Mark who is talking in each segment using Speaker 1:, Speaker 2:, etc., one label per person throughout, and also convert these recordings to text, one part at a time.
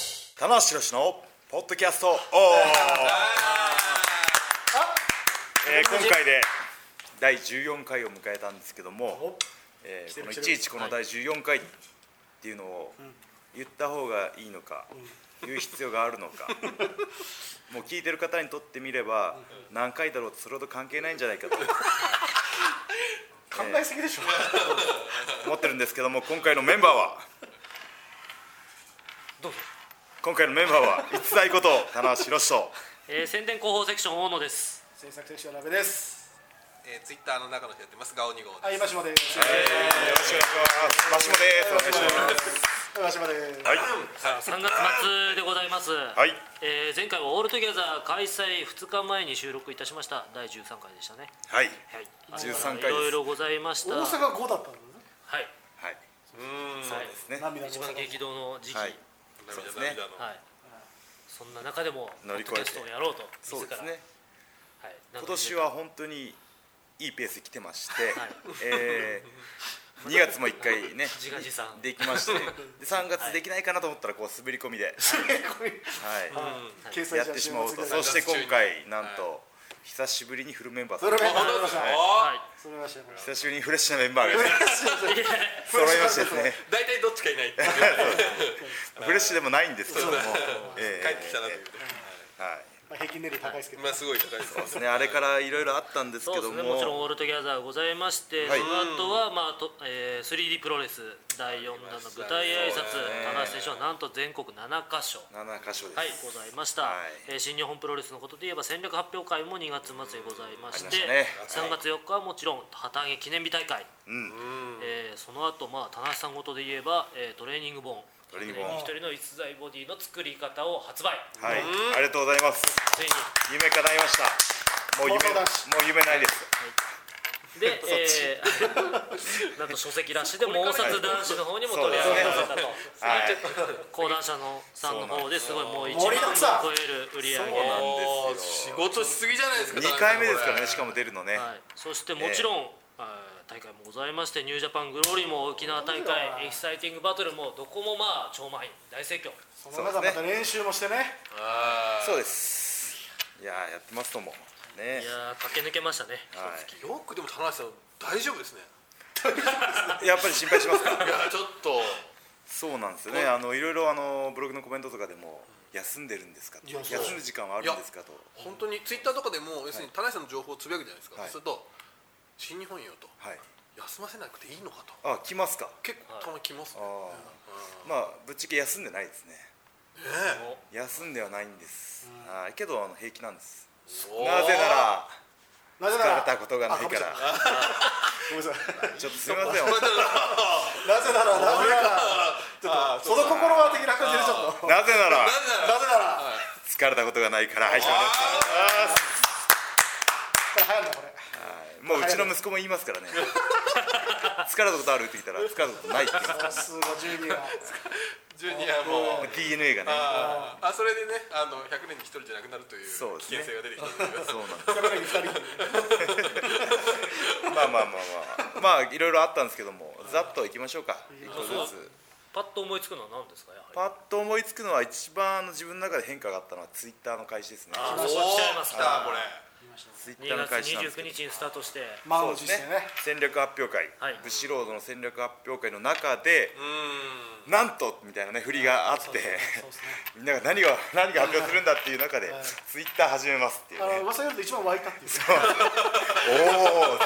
Speaker 1: しろしのポッドキャストオン、えー今回で第14回を迎えたんですけども、えーこのいちいちこの第14回っていうのを言った方がいいのか、言う必要があるのかもう聞いてる方にとってみれば何回だろうってそれほど関係ないんじゃないかと
Speaker 2: 考えすぎでしょ、
Speaker 1: 思ってるんですけども今回のメンバーは
Speaker 2: どうぞ
Speaker 1: 今回のメンバーは逸材こと棚橋宏と
Speaker 3: えー、宣伝広報セクション大野です。
Speaker 2: 制作選手の鍋です
Speaker 4: えー、ツイッターの中の人やってます、ガオ2号
Speaker 2: はい
Speaker 4: です。
Speaker 2: 今島です、
Speaker 1: よろしくお願いしますマシモですお願いしますはい、
Speaker 2: 今島です、
Speaker 3: さあ3月末でございます。
Speaker 1: はい、
Speaker 3: えー前回はオールトゥギャザー開催2日前に収録いたしました第13回でしたね。
Speaker 1: はい、
Speaker 3: はい。
Speaker 1: 13回です
Speaker 3: いろいろございました。
Speaker 2: 大
Speaker 3: は
Speaker 2: 阪
Speaker 3: い。
Speaker 2: 5だったのね
Speaker 3: はい。
Speaker 1: はい、そうですね。
Speaker 2: 涙の
Speaker 3: 一番激動の時期。
Speaker 1: は
Speaker 3: はいい。、
Speaker 1: そうですね
Speaker 4: 涙の。
Speaker 3: そんな中でもポ
Speaker 1: 乗
Speaker 3: ッ
Speaker 1: り
Speaker 3: ド
Speaker 1: 越
Speaker 3: キ
Speaker 1: えて
Speaker 3: ャストをやろうと
Speaker 1: そうですね。
Speaker 3: はい。
Speaker 1: 今年
Speaker 3: は
Speaker 1: は本当にいいペースで来てまして、
Speaker 3: はい
Speaker 1: えー、2月も1回ね、
Speaker 3: 自画自賛
Speaker 1: できまして、で3月できないかなと思ったらこう滑り込みで、は
Speaker 2: 掲
Speaker 1: い、
Speaker 2: 載
Speaker 1: や
Speaker 2: 者
Speaker 1: ってしまおうと。
Speaker 2: そ
Speaker 1: そ
Speaker 2: れ
Speaker 1: して今回なんと久しぶりにフルメンバー、
Speaker 2: は
Speaker 4: あ、
Speaker 2: 知
Speaker 4: ど
Speaker 2: り
Speaker 4: う
Speaker 2: ま
Speaker 4: で
Speaker 2: し
Speaker 4: す
Speaker 2: た
Speaker 4: か。
Speaker 3: はい。
Speaker 2: それは知りまし
Speaker 1: 久しぶりにフレッシュなメンバーが
Speaker 2: た
Speaker 1: 揃いましてですね。
Speaker 4: 大体どっちかいないっていう。
Speaker 1: フレッシュでもないんですけども、え
Speaker 4: 帰ってきたなというね。
Speaker 1: ーはい。
Speaker 2: まあ平均年齢高いですけど、
Speaker 4: 今すごい高いです。
Speaker 1: そうですね。あれからいろいろあったんです
Speaker 3: そう
Speaker 1: け
Speaker 3: で
Speaker 1: ど
Speaker 3: す
Speaker 1: も、
Speaker 3: ね、もちろんオールトゥギャザーございまして、
Speaker 1: はい
Speaker 3: その後は、まあとえー、3D プロレス第4弾の舞台挨拶、棚橋選手はなんと全国7カ所。
Speaker 1: 7箇所です。
Speaker 3: はい、ございました、
Speaker 1: はい
Speaker 3: えー新日本プロレスのことで言えば戦略発表会も2月末でございまして
Speaker 1: ありましたね
Speaker 3: 3月4日はもちろん旗揚げ記念日大会、
Speaker 1: うん。
Speaker 3: えーその後、まあ田中さんごとで言えば、えートレーニング本
Speaker 1: トレーニング本
Speaker 3: 一人の逸材ボディの作り方を発売、
Speaker 1: はい、ありがとうございます。
Speaker 3: ついに
Speaker 1: 夢叶いました。もう夢、
Speaker 2: 妄想
Speaker 1: も
Speaker 2: だし
Speaker 1: う夢ないです。
Speaker 3: で、 えーなんと書籍らしでもう冊男子の方にも取り上げられたと
Speaker 1: はい、
Speaker 3: 講談社のさんの方ですごいもう1
Speaker 2: 盛りだ
Speaker 3: 万
Speaker 2: く
Speaker 3: を
Speaker 2: さん
Speaker 3: 超える売り上げ
Speaker 1: そうなん
Speaker 4: お
Speaker 1: で
Speaker 4: ー
Speaker 1: す
Speaker 4: 仕
Speaker 1: よ
Speaker 4: 事しすぎじゃないですか。
Speaker 1: 二回目ですからね、しか
Speaker 4: も。
Speaker 1: も出るのね。
Speaker 3: はい、そしてもちろん、あー大会もございましてニュージャパングローリーも沖縄大会エキサイティングバトルもどこもまあ超満員大盛況
Speaker 2: その中また練習もしてね
Speaker 4: あ
Speaker 1: そうです。いやー、やってますとも。ね
Speaker 3: い。やー駆け抜けましたね
Speaker 1: は
Speaker 4: ーよくでも、田中さん、大丈夫ですね。
Speaker 1: い。やっぱり心配します か。
Speaker 4: いや、ちょっと。
Speaker 1: そうなんですよね。あの、いろいろ、あの、ブログのコメントとかでも。休んでるんですかと。
Speaker 2: いやそう
Speaker 1: 休む時間はあるんですかと。
Speaker 4: 本当にツイッターとかでも、要するに、田中さんの情報をつぶやくじゃないですか。
Speaker 1: はい
Speaker 4: そ
Speaker 1: う
Speaker 4: すると。新日本よと。
Speaker 1: はい。
Speaker 4: 休ませなくていいのかと。
Speaker 1: あ、来ますか。
Speaker 4: 結構、たまに来ます
Speaker 1: あ
Speaker 4: ね。
Speaker 1: ーまあ、ぶっちゃけ休んでないですね。
Speaker 3: も
Speaker 1: 休んではないんです。はい、けど、あの、平気なんです。
Speaker 4: おー
Speaker 1: なぜ な。ら。
Speaker 2: なぜな
Speaker 1: 疲
Speaker 2: ら
Speaker 1: れたことがないから。
Speaker 2: ごめんなさい
Speaker 1: ちょっとすみません。
Speaker 2: なぜ ならなぜならちょっとその心は的な感じでちょっと
Speaker 1: なぜなら
Speaker 4: なぜなら
Speaker 2: なぜなら
Speaker 1: 疲れたことがないからはい
Speaker 2: これ流行んだこれ
Speaker 1: もううちの息子も言いますからね疲れたことあるって言ったら疲れたことないって言います
Speaker 2: さすが12が
Speaker 4: ジュニアも。
Speaker 1: DNA がね
Speaker 4: あーあそれでねあの100年に1人じゃなくなるという
Speaker 1: そうです
Speaker 4: 危
Speaker 1: ね
Speaker 4: 険性が出てきたんで
Speaker 1: そう
Speaker 4: す
Speaker 1: なんで す
Speaker 2: 逆に2人
Speaker 1: まあまあまあまあまあいろいろあったんですけどもざっといきましょうか一個ずつ
Speaker 3: パッと思いつくのは何ですかやはり
Speaker 1: パッと思いつくのは一番あの自分の中で変化があったのはツイッターの開始ですね
Speaker 3: あ
Speaker 4: お
Speaker 3: ー
Speaker 4: お
Speaker 3: そう来ちゃいます
Speaker 4: 来
Speaker 3: か
Speaker 4: たこれ
Speaker 1: ツイッターの
Speaker 3: 2
Speaker 1: 開
Speaker 3: 月
Speaker 1: 始なんですけ
Speaker 3: 29
Speaker 1: ど
Speaker 3: 日にスタートして
Speaker 2: 満
Speaker 1: そ
Speaker 2: を
Speaker 1: うで
Speaker 2: 持
Speaker 1: す
Speaker 2: して
Speaker 1: ね
Speaker 2: ね
Speaker 1: 戦略発表会
Speaker 3: はい
Speaker 1: ブシロードの戦略発表会の中で
Speaker 4: うーん
Speaker 1: なんとみたいなね振りがあって
Speaker 2: そうですね
Speaker 1: みんなが何が何が発表するんだっていう中で
Speaker 2: はい
Speaker 1: ツイッター始めますっていう
Speaker 2: あの
Speaker 1: ね
Speaker 2: 噂によると一番湧いたってい
Speaker 1: お
Speaker 2: う
Speaker 1: お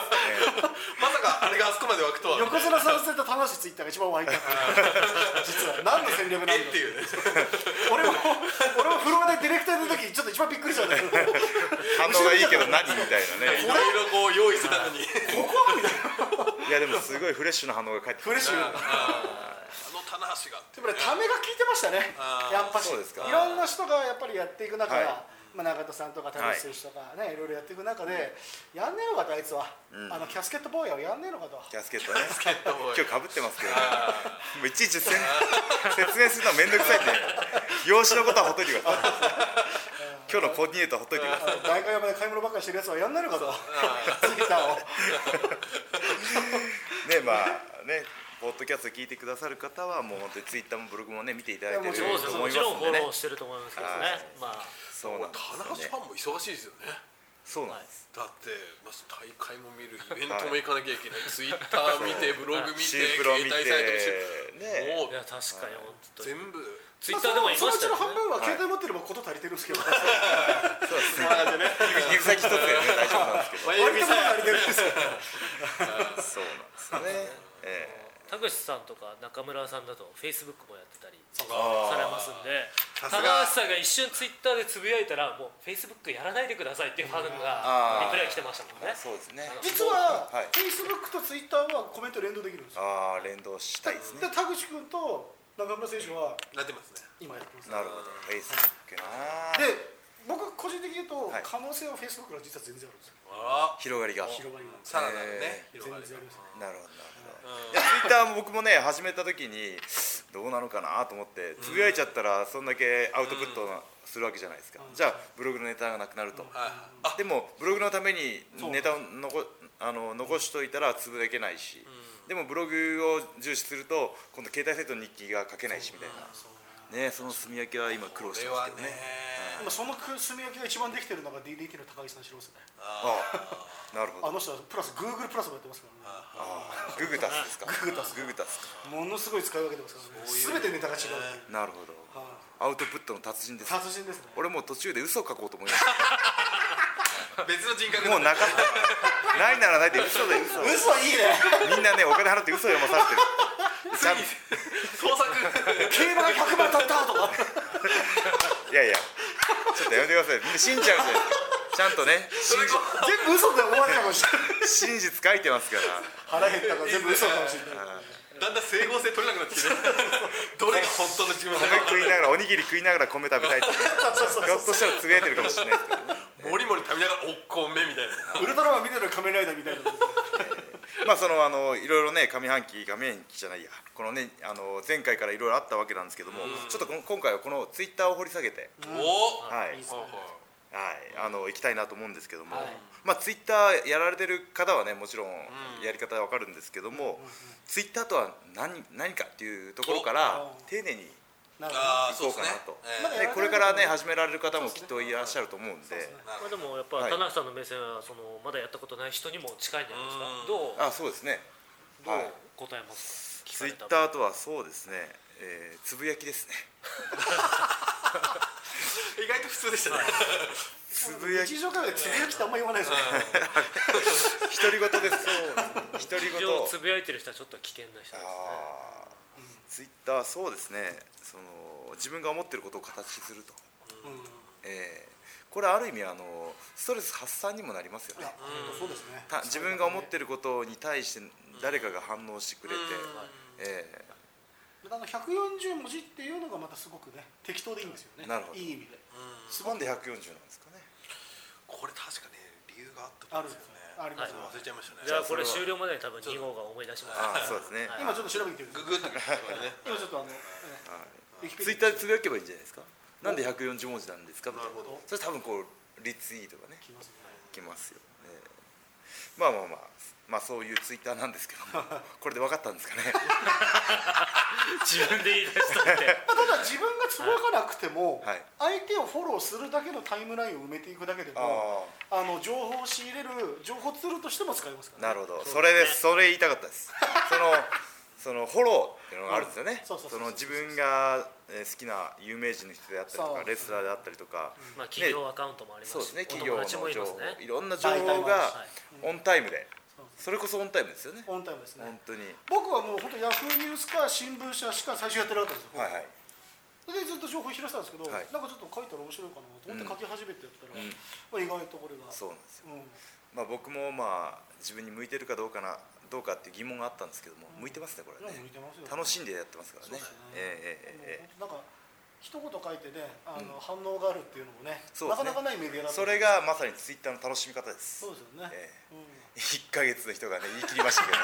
Speaker 4: まさかあれがあそこまで湧くとは
Speaker 2: 横綱さん捨てた楽しいツイッターが一番湧いたっ ていう実は何の戦略なんだ
Speaker 4: え
Speaker 2: ろ
Speaker 4: って
Speaker 2: う
Speaker 4: いうね
Speaker 2: 俺も俺もフロアでディレクターの時ちょっと一番びっくりしたんだけど
Speaker 1: 反応がいいけど何みたいなね
Speaker 4: いろいろこう用意してたのに
Speaker 1: いやでもすごいフレッシュな反応が返ってき
Speaker 2: フレッシュでも
Speaker 4: あの棚橋が
Speaker 2: ねためが効いてましたね
Speaker 4: あー
Speaker 2: やっぱし
Speaker 1: そうですか
Speaker 2: いろんな人がやっぱりやっていく中で、
Speaker 1: は
Speaker 2: まあ、中田さんとか田
Speaker 1: はい
Speaker 2: 中選手とかね、い、ろいろやっていく中でやんねえのかとあいつは、あのキャスケットボーイヤーをやんねえのかと
Speaker 1: キャスケットね
Speaker 4: トボー
Speaker 1: 今
Speaker 4: イ
Speaker 1: 日かぶってますけどねもういちいちせん説明するのは面倒くさいんで養子のことはほっといてください今日のコーディネートはほっといてください
Speaker 2: あの大会山で買い物ばっかりしてるやつはやんねえのかとツイッタ
Speaker 1: ねね
Speaker 2: ーを
Speaker 1: まあねポッドキャスト聞いてくださる方はもう本当にツイッターもブログもね見ていただいてる
Speaker 2: い
Speaker 1: と
Speaker 2: や
Speaker 3: そ
Speaker 1: 思
Speaker 3: うですねも
Speaker 1: い
Speaker 3: ちろ
Speaker 1: ま
Speaker 3: ん
Speaker 1: すんでね
Speaker 3: フォローしてると思いますけどね
Speaker 1: はい
Speaker 3: まあ
Speaker 1: そうなんです
Speaker 4: 棚
Speaker 1: よね
Speaker 4: 橋ファンも忙しいですよね
Speaker 1: そう
Speaker 3: は
Speaker 1: なん
Speaker 3: い
Speaker 1: です
Speaker 4: だってまず大会も見るイベントも行かなきゃいけない、ツイッター見てブログ見て
Speaker 1: シー
Speaker 4: 携
Speaker 1: プロ見
Speaker 4: 帯
Speaker 1: て
Speaker 4: サイト見
Speaker 1: ね
Speaker 4: もう
Speaker 3: いや確かに本当に
Speaker 4: 全部
Speaker 3: ツイッターでもいま
Speaker 2: そのう
Speaker 3: し
Speaker 2: ち
Speaker 3: たよ
Speaker 2: の
Speaker 3: ね
Speaker 2: 半分
Speaker 1: は
Speaker 2: は
Speaker 1: い
Speaker 2: 携帯持ってればこと足りてるんですけど、
Speaker 1: そうですね
Speaker 2: なんでね
Speaker 1: 指先一つでね大丈夫なんですけど
Speaker 2: 割とこと足りてるんで
Speaker 4: マ
Speaker 1: そ
Speaker 2: すよ
Speaker 1: うなんですよねええ
Speaker 3: 田口さんとか中村さんだとフェイスブックもやってたりさ
Speaker 1: あー
Speaker 3: れますんで
Speaker 4: さす
Speaker 3: 高
Speaker 4: が
Speaker 3: 橋さんが一瞬ツイッターでつぶやいたらもうフェイスブックやらないでくださいっていうファン
Speaker 1: あ
Speaker 3: が
Speaker 1: ー
Speaker 3: リプレイ来てましたもんね
Speaker 1: そうですね
Speaker 2: 実は、
Speaker 1: はい
Speaker 2: Facebook と Twitter はコメント連動できるんですよ
Speaker 1: ああ連動したいですね
Speaker 2: で田口君と中村選手は
Speaker 4: なってますね
Speaker 2: 今やってます
Speaker 1: なるほどフェイスブックな
Speaker 2: で僕個人的に言うと、
Speaker 1: はい
Speaker 2: 可能性は Facebook が実は全然あるんですよ
Speaker 4: あら
Speaker 1: 広がりが
Speaker 2: 広がりなんです
Speaker 4: さらなるね
Speaker 2: えー
Speaker 4: 広がり
Speaker 2: 全然ありますね
Speaker 1: なるほどなるほどいやツイッターも僕もね始めた時にどうなのかなと思ってつぶやいちゃったらそんだけアウトプットなするわけじゃないですかじゃあブログのネタがなくなると
Speaker 4: はいあ
Speaker 1: でもブログのために
Speaker 2: そう
Speaker 1: ネタを残あの残しといたらつぶやけないしでもブログを重視すると今度携帯サイトの日記が書けないしみたいなねその住み分けは今苦労
Speaker 4: こ
Speaker 1: して
Speaker 4: れ
Speaker 1: ま
Speaker 4: は
Speaker 1: すけど
Speaker 4: ね
Speaker 1: ね
Speaker 2: 今そのく炭焼きが一番できてるのが DDT の高木さん四郎ですね
Speaker 1: ああなるほど
Speaker 2: あの人はプラス Google プラスもやってますからね
Speaker 1: ググタスですかググタスググタスか
Speaker 2: ものすごい使い分けてますからね全てネタが違うっていう
Speaker 1: なるほど
Speaker 2: は
Speaker 1: アウトプットの達人で
Speaker 2: い
Speaker 1: すね
Speaker 2: 殺人ですね
Speaker 1: 俺もう途中で嘘を書こうと思いました
Speaker 4: 別の人格
Speaker 1: もう
Speaker 4: だ
Speaker 1: なかったないならないで嘘で嘘
Speaker 2: 嘘いいね
Speaker 1: みんなねお金払って嘘読まされてるちゃん
Speaker 4: 創作
Speaker 2: 競馬が100万当たったとか
Speaker 1: いやいやちょっとやめてくださいみんな信じちゃうんですよちゃんとね
Speaker 4: それこ
Speaker 2: 全部嘘で思われたかもしれない
Speaker 1: 真実書いてますから
Speaker 2: 腹減ったから全部嘘かもしれない
Speaker 4: だんだん整合性取れなくなって きてどれが本当の自分
Speaker 1: 米
Speaker 4: だろう
Speaker 1: 食いながらおにぎり食いながら米食べたいってひょっとしたらつぶやいてるかもしれないですけどね
Speaker 4: もりもり食べながらおっこめみたいな
Speaker 2: ウルトラマン見てる仮面ライダーみたいな
Speaker 1: まあそのあのいろいろね上半期がメインじゃないやこのねあの前回からいろいろあったわけなんですけどもちょっとこの今回はこのツイッターを掘り下げて
Speaker 4: おお
Speaker 1: はい
Speaker 4: はい
Speaker 1: はい、あの行きたいなと思うんですけども、
Speaker 3: はい
Speaker 1: まあ、ツイッターやられてる方はねもちろんやり方は分かるんですけども、ツイッターとは何何かっていうところから
Speaker 2: お
Speaker 1: 丁寧にい
Speaker 2: なんか
Speaker 4: ああ
Speaker 1: こ
Speaker 4: そう
Speaker 1: う
Speaker 4: です
Speaker 1: か
Speaker 4: ね
Speaker 1: なと、
Speaker 4: え
Speaker 2: まだやら
Speaker 1: で
Speaker 2: れてる方も
Speaker 1: これからね始められる方もきっといらっしゃると思うんで
Speaker 2: ですね
Speaker 3: まあでもやっぱ
Speaker 1: はい
Speaker 3: 田中さんの目線はそのまだやったことない人にも近いんじゃないですか
Speaker 4: うん
Speaker 3: どう
Speaker 1: あそうですね
Speaker 3: どう
Speaker 1: はい
Speaker 3: 答えますか
Speaker 1: ツイ
Speaker 3: 聞
Speaker 1: ッ
Speaker 3: かれ
Speaker 1: タ
Speaker 3: た
Speaker 1: ーとはそうですね、えーつぶやきですね
Speaker 4: え意外と普通でしたね
Speaker 1: つぶやき
Speaker 2: 日常会話でつぶやきってあんま言わないですよね
Speaker 1: 独り言ですそう独り
Speaker 3: 一
Speaker 1: 言
Speaker 3: 応つぶやいてる人はちょっと危険な人ですね
Speaker 1: あツイッターそうですねその自分が思ってることを形にすると、えーこれある意味あのストレス発散にもなりますよ
Speaker 2: い
Speaker 1: ね
Speaker 2: や本当そうですね
Speaker 1: た自分が思ってることに対して誰かが反応してくれて、え
Speaker 2: あの140文字っていうのがまたすごくね適当でいいんですよね
Speaker 1: なるほど
Speaker 2: いい意味で
Speaker 1: ー、なんで140なんですかね
Speaker 4: これ確かね理由があった
Speaker 2: あるん
Speaker 4: と思うん
Speaker 2: です
Speaker 4: です
Speaker 2: よ
Speaker 4: よ
Speaker 2: ね
Speaker 4: ね
Speaker 2: ありますよ
Speaker 4: 忘れちゃいましたね
Speaker 3: じゃあこれ終了までに多分2号が思い出します
Speaker 1: ああそうですね、
Speaker 3: はい
Speaker 2: 今ちょっと調べてみてください
Speaker 4: ググってくるからね
Speaker 2: 今ちょっとあのねウィキペ
Speaker 1: ツイ
Speaker 2: ディ
Speaker 1: ッターでつぶやけばいいんじゃないですかなんで140文字なんですかみたい
Speaker 4: なるほど
Speaker 1: それ多分こうリツイートがね
Speaker 2: 来ますね
Speaker 1: きますよ、えーまあまあまあまあそういうツイッターなんですけどもこれで分かったんですかね
Speaker 3: 自分で言い出したって
Speaker 2: まあただ自分がつぶやかなくても
Speaker 1: はい
Speaker 2: 相手をフォローするだけのタイムラインを埋めていくだけでも
Speaker 1: ああ
Speaker 2: あの情報を仕入れる情報ツールとしても使えますか
Speaker 1: な
Speaker 2: ら
Speaker 1: る
Speaker 2: ね
Speaker 1: ほど、それです、それ言いたかったです。 その、そのフォローっていうのがあるんですよね。
Speaker 2: そうそうそう
Speaker 1: その自分がえー好きな有名人の人であったりと
Speaker 2: そ
Speaker 1: か、
Speaker 2: う
Speaker 1: レスラーであったりとか。
Speaker 3: まあ企業アカウントもあります
Speaker 1: そ
Speaker 3: し
Speaker 1: うですね、
Speaker 3: お
Speaker 1: 企業
Speaker 3: 友
Speaker 1: の
Speaker 3: 達もい
Speaker 1: 情
Speaker 3: ます
Speaker 1: 報、
Speaker 3: ね
Speaker 1: いろんな情報がオンタイムで。それこそオンタイムですよね。
Speaker 2: オンタイムですね
Speaker 1: 本当に。
Speaker 2: 僕はもう本当ヤフーニュースか新聞社しか最初やってなかったんですよ
Speaker 1: はいはい。
Speaker 2: でずっと情報拾ってたんですけどなん
Speaker 1: はい
Speaker 2: かちょっと書いたら面白いかなと思って書き始めてやったらまあ意外とこれが
Speaker 1: そうなんですよ。
Speaker 2: うん
Speaker 1: まあ、僕もまあ、自分に向いてるかどうかな、どうかっていう疑問があったんですけども、向いてますね、こ
Speaker 2: い
Speaker 1: れ
Speaker 2: や
Speaker 1: ね。
Speaker 2: 向いてますよ
Speaker 1: 楽しんでやってますからね。
Speaker 2: そうですね
Speaker 1: ええええええ。
Speaker 2: なんか一言書いてねあの、反応があるっていうのもね
Speaker 1: そう
Speaker 2: な
Speaker 1: で
Speaker 2: か
Speaker 1: すね
Speaker 2: なかないメディアだと
Speaker 1: それがまさにツイッターの楽しみ方です。
Speaker 2: そうですよね、
Speaker 1: ええ
Speaker 2: うん
Speaker 1: 1ヶ月の人がね言い切りましたけど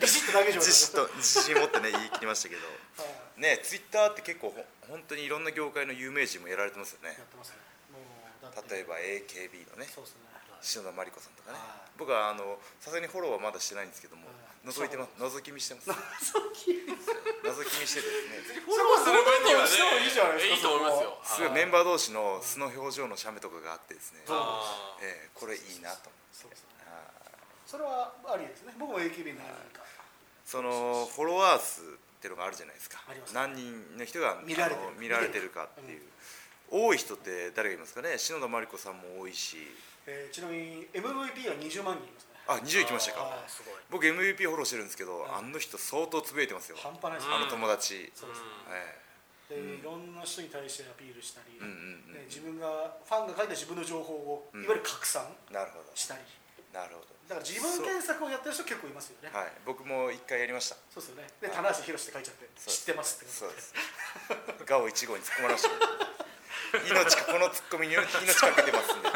Speaker 2: ビシッと投げちゃう
Speaker 1: 自信と自信持ってね言い切りましたけど
Speaker 2: はい
Speaker 1: ねツイッターって結構ほ本当にいろんな業界の有名人もやられてますよね
Speaker 2: やってますねもうだって
Speaker 1: 例えば AKB のね
Speaker 2: そうですね
Speaker 1: 篠田真理子さんとかね
Speaker 2: は
Speaker 1: 僕はあのさすがにフォローはまだしてないんですけども
Speaker 2: はい
Speaker 1: 覗いてます覗き見 してます覗き見してですね
Speaker 2: フォローする分にはしてもいいじゃないですか
Speaker 4: いいと思いますよ
Speaker 1: すごいメンバー同士の素の表情の写メとかがあってですね、
Speaker 4: あー
Speaker 1: えーこれいいなと思って
Speaker 2: そうそう
Speaker 1: あー
Speaker 2: それはありですね僕も AKB になるか
Speaker 1: そのフォロワー数っていうのがあるじゃないですか
Speaker 2: あります
Speaker 1: 何人の人が
Speaker 2: 見られてる
Speaker 1: あの見られてるかっていう、多い人って誰がいますかね篠田真理子さんも多いし
Speaker 2: えーちなみに MVP は20万人いますね
Speaker 1: あ20いきました
Speaker 2: あ
Speaker 1: か
Speaker 2: ー
Speaker 3: すごい
Speaker 1: 僕 MVP フォローしてるんですけど、あの人相当つぶえてますよ
Speaker 2: 半端ないですね
Speaker 1: あの友達、
Speaker 2: そうですね
Speaker 1: え
Speaker 2: でいろんな人に対してアピールしたり、
Speaker 1: うんうんうん
Speaker 2: で自分がファンが書いた自分の情報を、いわゆる拡散
Speaker 1: えなるほど
Speaker 2: したり
Speaker 1: なるほ
Speaker 2: だから自分検索をやってる人結構いますよね
Speaker 1: どはい僕も一回やりました
Speaker 2: そうですよねで棚橋宏って書いちゃって
Speaker 1: そう
Speaker 2: 知ってますって
Speaker 1: そうですガオ1号に突っ込まれま した命かこの突っ込みに命かけてますんで、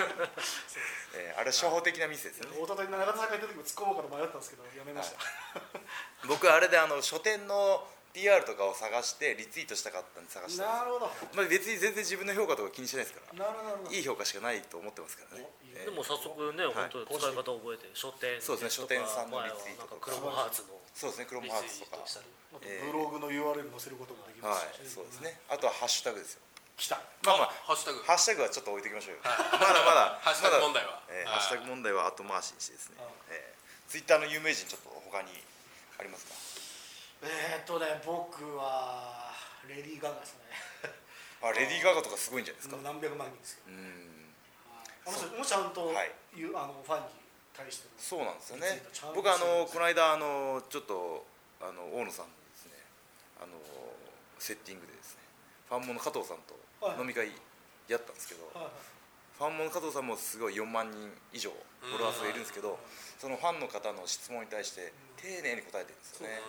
Speaker 1: えーあれは初歩的なミスですよね
Speaker 2: 大田と長田さんがいた時も突っ込もうかと迷ったんですけどやめました、
Speaker 1: 僕あれであの書店の PR とかを探してリツイートしたかったんで探したん
Speaker 2: な
Speaker 1: で
Speaker 2: るほど
Speaker 1: すまあ別に全然自分の評価とか気にしてないですから
Speaker 2: なるほどなるほど
Speaker 1: いい評価しかないと思ってますからね
Speaker 2: おいいね
Speaker 1: ええ
Speaker 3: でも早速ね、
Speaker 1: はい
Speaker 3: 本当使い方覚えて書店
Speaker 1: そうですね書店さんの
Speaker 3: 前
Speaker 1: リ
Speaker 3: は
Speaker 1: ツイー
Speaker 3: な
Speaker 1: ト
Speaker 3: んか
Speaker 1: とか
Speaker 3: クロムハーツの
Speaker 1: そうですねクロムハーツとか
Speaker 3: リツイートしたり
Speaker 2: あと
Speaker 1: えー
Speaker 2: ブログの URL 載せることもできま
Speaker 1: はい
Speaker 2: すし、
Speaker 1: そうですねあとはハッシュタグですよ
Speaker 2: 来た
Speaker 1: まあまあ
Speaker 4: ハッシュタグ
Speaker 1: ハッシュタグはちょっと置いておきましょう よまだまだ
Speaker 4: ハッシュタグ問題
Speaker 1: ま
Speaker 4: は
Speaker 1: だええ
Speaker 4: は
Speaker 1: ハッ
Speaker 4: い
Speaker 1: シュタグ問題は後回しにしてですね
Speaker 2: はい
Speaker 1: ええツイッターの有名人ちょっと他にありますか
Speaker 2: えー、っとね僕はレディー・ガガですね
Speaker 1: あレディー・ガガとかすごいんじゃないですか
Speaker 2: もう何百万人ですよ
Speaker 1: うん
Speaker 2: あの人もちゃんと、
Speaker 1: はい
Speaker 2: 言うあのファンに対しても
Speaker 1: そうなんですよね
Speaker 2: リツイートちゃんと
Speaker 1: 僕あ
Speaker 2: するん
Speaker 1: の
Speaker 2: です
Speaker 1: この間あのちょっとあの大野さんのですねあのセッティングでですねファンモンの加藤さん
Speaker 2: はい
Speaker 1: と飲み会やったんですけど、
Speaker 2: はいはい
Speaker 1: ファンモンの加藤さんもすごい4万人以上フォロワー数がいるんですけどそのファンの方の質問に対して丁寧に答えてるんですよね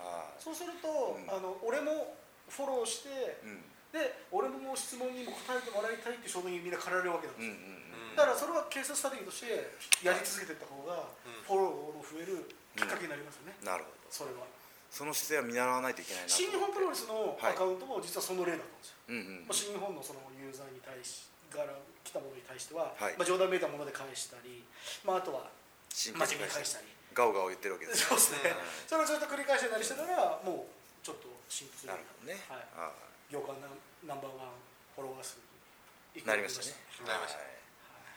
Speaker 1: はい
Speaker 2: そうすると、
Speaker 1: うん
Speaker 2: あの俺もフォローして、
Speaker 1: うん
Speaker 2: で俺も質問にも答えてもらいたいって証明にみんな駆られるわけなん
Speaker 1: う
Speaker 2: で
Speaker 1: ん
Speaker 2: す
Speaker 1: うん
Speaker 2: よ、
Speaker 4: うん
Speaker 2: だからそれは警察スタディとしてやり続けていった方が、フォローの増えるきっかけになりますよね、
Speaker 1: うんなるほど
Speaker 2: それは
Speaker 1: その姿勢は見習わないといけないなと
Speaker 2: 新日
Speaker 1: 思っ
Speaker 2: 本
Speaker 1: て
Speaker 2: プロレスの
Speaker 1: はい
Speaker 2: アカウントも実はその例だったんですよ、
Speaker 1: うんうん
Speaker 2: まあ、新日本のそのユーザーに対しから来たものに対しては、
Speaker 1: はい
Speaker 2: まあ、冗談めいたもので返したり、まあ、あとは
Speaker 1: 真
Speaker 2: 真
Speaker 1: 剣に
Speaker 2: 面目に
Speaker 1: 返
Speaker 2: 返
Speaker 1: し
Speaker 2: してたり
Speaker 1: ガオガオ言ってるわけですよ
Speaker 2: そうですね、それをずっと繰り返しになりしてたらもうちょっと進通
Speaker 1: なるほどね、
Speaker 2: はい、
Speaker 1: あ
Speaker 2: 業界ナンナンバーワンフォロワー数に
Speaker 1: あなりましたね
Speaker 2: いく
Speaker 4: な
Speaker 2: ら
Speaker 4: り
Speaker 2: に
Speaker 4: ましたね
Speaker 1: はい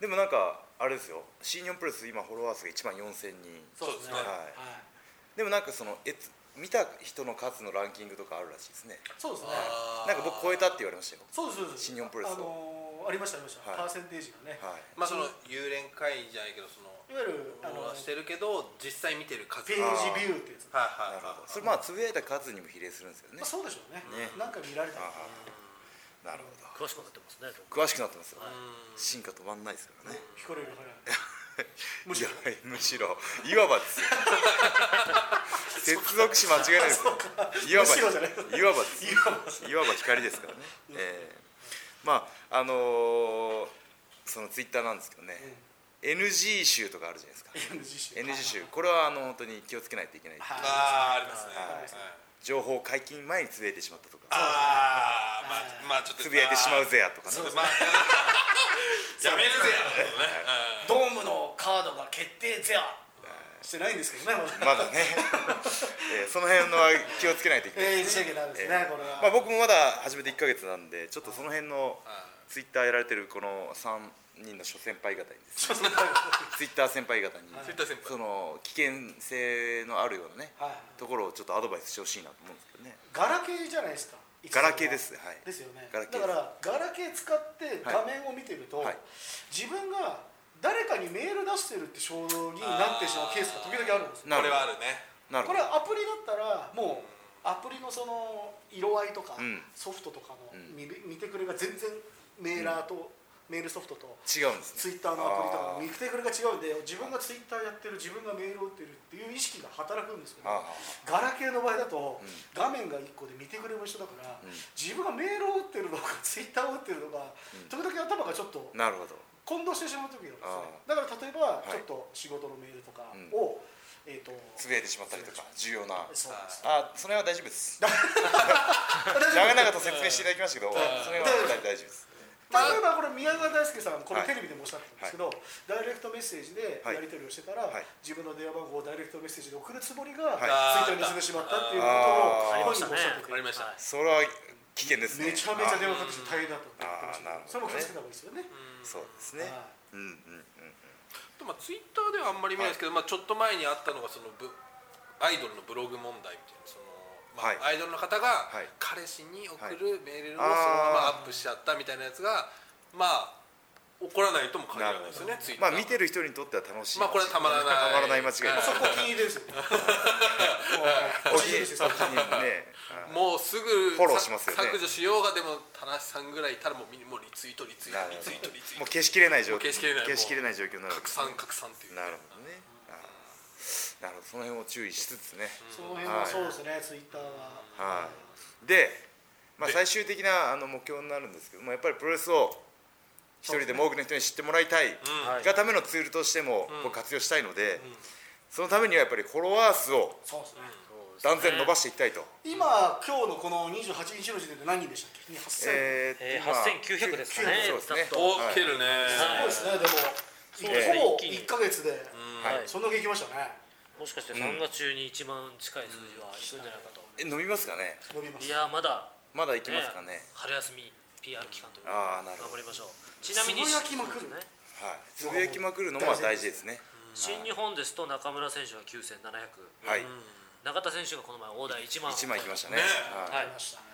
Speaker 1: でもなんかあれですよ新日本プロレス今フォロワー数が1万4000人
Speaker 2: そうです
Speaker 1: ね
Speaker 2: ね
Speaker 4: そうです
Speaker 2: はい
Speaker 1: でもなんかそのえつ見た人の数のランキングとかあるらしいですね
Speaker 2: そうですね
Speaker 4: あー
Speaker 1: なんか僕超えたって言われましたよ
Speaker 2: そうですそうです
Speaker 1: 新日本プロレスを
Speaker 2: あのーありましたありました、
Speaker 1: はい
Speaker 2: パーセンテージがね、
Speaker 1: はい
Speaker 4: まあその幽連会じゃないけどその
Speaker 2: い、わゆるあ
Speaker 4: フ
Speaker 2: の
Speaker 4: ォロワーしてるけど実際見てる数
Speaker 2: ページビューってやつ、
Speaker 4: はい
Speaker 1: なる
Speaker 4: はいはい
Speaker 1: ほどそれまあつぶやいた数にも比例するんですよね
Speaker 2: まあ、そうでしょうね
Speaker 1: ね
Speaker 2: なんか見られたら
Speaker 1: あなるほ
Speaker 3: 詳しくなってますねどんどん
Speaker 1: ど詳しくなってますよ
Speaker 4: うん
Speaker 1: 進化止まんないですからね
Speaker 2: 聞こえるより早いむしろ
Speaker 1: いやむしろいわばですよ接 続詞間違いないですよいわば
Speaker 2: むしろじゃな
Speaker 1: い
Speaker 2: い
Speaker 1: わばですよいわば光ですからね、えーまああのーそのツイッターなんですけどね、NG 集とかあるじゃないですか
Speaker 2: NG 集
Speaker 1: NG 集これはあの本当に気をつけないといけない
Speaker 2: はい
Speaker 4: あーありますね
Speaker 1: はい
Speaker 4: はい
Speaker 1: 情報解禁前につぶやいてしまったとか
Speaker 4: あーまあまあちょっと
Speaker 1: つぶやいてしまうぜやとかね
Speaker 4: そうですまあ やめるぜやろうね
Speaker 2: ドームのカードが決定ゼアしてないんですけどねまだ
Speaker 1: ま だね、 えーその辺のは気をつけないといけない
Speaker 2: えーしなきゃダメですね、
Speaker 1: えー
Speaker 2: これは、
Speaker 1: まあ、僕もまだ始めて1か月なんでちょっとその辺のツイッターやられてるこの3人の諸先輩方にですねツイッター先輩方に
Speaker 4: Twitter 先輩
Speaker 1: その危険性のあるようなね
Speaker 2: はい、
Speaker 1: ところをちょっとアドバイスしてほしいなと思うんですけどね
Speaker 2: ガラケーじゃないですか
Speaker 1: ガラケーですはい
Speaker 2: ですよね
Speaker 1: ガラケー
Speaker 2: だからガラケー使って画面を見てると、
Speaker 1: はいはい
Speaker 2: 自分が誰かにメール出してるって衝動になってしまうケースが時々あるんですよ
Speaker 1: な
Speaker 4: こ
Speaker 1: るほど
Speaker 4: れはあるね
Speaker 1: なるほ
Speaker 2: これ
Speaker 1: ど
Speaker 2: はアプリだったらもうアプリのその色合いと
Speaker 1: う
Speaker 2: か、
Speaker 1: ん
Speaker 2: ソフトとかの
Speaker 1: うん
Speaker 2: 見,、見てくれが全然メーラーと、メールソフトと
Speaker 1: 違うんです
Speaker 2: ツ
Speaker 1: ね
Speaker 2: イッターのアプリとかの見てくれが違うんで自分がツイッターやってる自分がメールを打ってるっていう意識が働くんですけど
Speaker 1: あ
Speaker 2: ガラケーの場合だ
Speaker 1: う
Speaker 2: と、
Speaker 1: ん
Speaker 2: 画面が1個で見てくれも一緒だから、
Speaker 1: うん
Speaker 2: 自分がメールを打ってるのか ツイッターを打ってるのか、
Speaker 1: うん
Speaker 2: 時々頭がちょっと
Speaker 1: あなるほど
Speaker 2: 混同してしまう時が
Speaker 1: あ
Speaker 2: あるんですねだから例えば、
Speaker 1: はい
Speaker 2: ちょっと仕事のメールとかを、えっ、と
Speaker 1: つぶやいてしまったりとか重要な
Speaker 2: そうです
Speaker 1: あその辺は大丈夫です
Speaker 2: 大丈夫
Speaker 1: 長々と説明していただきましたけどその辺は大丈夫です
Speaker 2: 例えばこれ宮川大輔さんこれテレビでもおっしゃってたんですけど、ダイレクトメッセージでやり取りをしてたら、
Speaker 1: はい
Speaker 2: 自分の電話番号をダイレクトメッセージで送るつもりが、
Speaker 4: はい
Speaker 2: ツイッターに盗んでしまったっていう
Speaker 1: あー
Speaker 2: ことを本人もおっしゃってて
Speaker 4: ありました
Speaker 3: はい
Speaker 1: それは危険ですね
Speaker 2: めちゃめちゃ電話かかってきて大変だと思って
Speaker 1: あー
Speaker 2: ましたそれも気をつけた方がいいですよね
Speaker 1: あそうですね
Speaker 2: はい
Speaker 1: うんうんうん
Speaker 4: とまあツイッターではあんまり見ないですけど、まあちょっと前にあったのがそのブアイドルのブログ問題みたいなその、まあアイドルの方が
Speaker 1: はい
Speaker 4: 彼氏に送
Speaker 1: はい
Speaker 4: るメールをその
Speaker 1: あー
Speaker 4: ままアップしちゃったみたいなやつがまあ怒らないとも限らないですよねツイッタ
Speaker 1: まあ
Speaker 4: ー
Speaker 1: 見てる人にとっては楽しい
Speaker 4: まあこれはたまらない
Speaker 1: たまらない間違いで
Speaker 4: はい
Speaker 1: す
Speaker 2: そこお気に入りですよね
Speaker 1: お
Speaker 2: もうお
Speaker 1: 気
Speaker 2: 気
Speaker 1: に
Speaker 2: に
Speaker 1: 入りでよお気に入りねはいフォ
Speaker 2: 入りですすよ
Speaker 4: もうすぐ
Speaker 1: ローしますよね
Speaker 4: 削除しようがでも田中さんぐらいいたらもうみんもうリツイートリツイー
Speaker 1: な
Speaker 4: ト
Speaker 1: る
Speaker 4: リ
Speaker 1: ほ
Speaker 4: ツ
Speaker 1: ど
Speaker 4: イートリツイー
Speaker 1: もう
Speaker 4: ト
Speaker 1: 消しきれない状況
Speaker 4: もう消しきれない
Speaker 1: 消しきれない状況になるわけで
Speaker 4: 拡
Speaker 1: す
Speaker 4: 散拡散っていう
Speaker 1: なるほどねあーなるほどその辺を注意しつつね
Speaker 2: その辺はそうですね、ツイッターは、
Speaker 1: はいでまあ
Speaker 4: で
Speaker 1: 最終的なあの目標になるんですけどまあやっぱりプロレスを一人でも多くの人に知ってもらいたい
Speaker 3: はい
Speaker 1: がためのツールとしても
Speaker 4: うん
Speaker 1: 僕活用したいのでそのためにはやっぱりフォロワー数を
Speaker 2: そうですね
Speaker 1: 断然伸ばしていきたいと
Speaker 2: 今今日のこの28日の時点で何人でしたっけ8000、
Speaker 1: えー
Speaker 3: え
Speaker 1: っ
Speaker 3: ー
Speaker 1: とまあ
Speaker 3: 8900ですかね
Speaker 1: そうですね
Speaker 3: ざっと
Speaker 4: おけるね、
Speaker 3: はい
Speaker 2: すごいですねでも、
Speaker 1: はい
Speaker 2: ほぼ
Speaker 3: 一気に
Speaker 2: 1か月で、
Speaker 1: はい
Speaker 3: はい
Speaker 2: そんだけいきましたね
Speaker 3: もしかして3月中に一番近い数字はいくんじゃないかと、
Speaker 1: え伸びますかね
Speaker 2: 伸びま
Speaker 3: い
Speaker 2: す
Speaker 3: やまだ、
Speaker 1: まだいきますかね
Speaker 3: 春休み PR 期間ということで
Speaker 1: ああなるほ
Speaker 3: 頑
Speaker 1: ど
Speaker 3: 張りましょうちなみに
Speaker 2: つぶやきまくる
Speaker 3: ね
Speaker 1: はいつぶやきまくるのも大事ですね
Speaker 3: 新日本ですと中村選手が9700、
Speaker 1: はい
Speaker 3: 中田選手がこの前大台1万
Speaker 1: 1枚いきましたね
Speaker 4: ね
Speaker 1: はい
Speaker 3: はい
Speaker 2: 出ましたね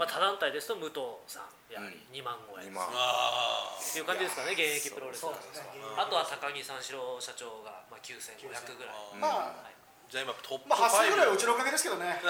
Speaker 3: まあ、他団体ですと武藤さんやはり2万超え
Speaker 1: 2万
Speaker 4: あ
Speaker 3: っていう感じですかね現役プロレスラー
Speaker 2: そうですね
Speaker 3: あとは高木三四郎社長がまあ9500ぐらい
Speaker 4: ー
Speaker 2: まあ、
Speaker 4: じゃあ今トップ
Speaker 2: まあ8000
Speaker 4: 5
Speaker 2: ぐらいはうちのおかげですけどね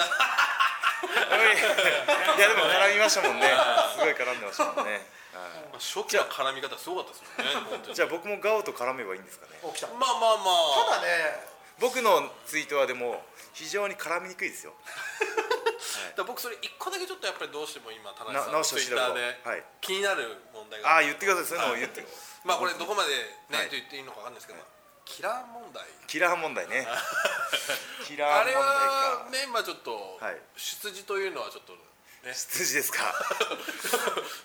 Speaker 1: いやでも絡みましたも んねすごい絡んでましたもんねは
Speaker 4: まあ初期の絡み方すごかったですもんね本当
Speaker 1: い
Speaker 4: に
Speaker 1: じゃあ僕もガオと絡めばいいんですかね
Speaker 2: 起きたた
Speaker 4: まあまあまあ
Speaker 2: だね
Speaker 1: 僕のツイートはでも非常に絡みにくいですよ
Speaker 4: だから僕それ一個だけちょっとやっぱりどうしても今田
Speaker 1: な
Speaker 4: 中さん
Speaker 1: 直
Speaker 4: の
Speaker 1: してほ
Speaker 4: ツイ
Speaker 1: しい
Speaker 4: ッ
Speaker 1: とこ
Speaker 4: ター
Speaker 1: ろ
Speaker 4: で
Speaker 1: はい
Speaker 4: 気になる問題が
Speaker 1: ああ言ってくださいそういうのを言って
Speaker 4: まあこれどこまで
Speaker 1: は
Speaker 4: ね
Speaker 1: い
Speaker 4: と言っていいのかわかんないですけどキラー問題
Speaker 1: キラー問題ね キラー
Speaker 4: あ
Speaker 1: 問題
Speaker 4: れ
Speaker 1: か
Speaker 4: はねまあちょっと
Speaker 1: はい
Speaker 4: 出自というのはちょっとね
Speaker 1: 羊ですか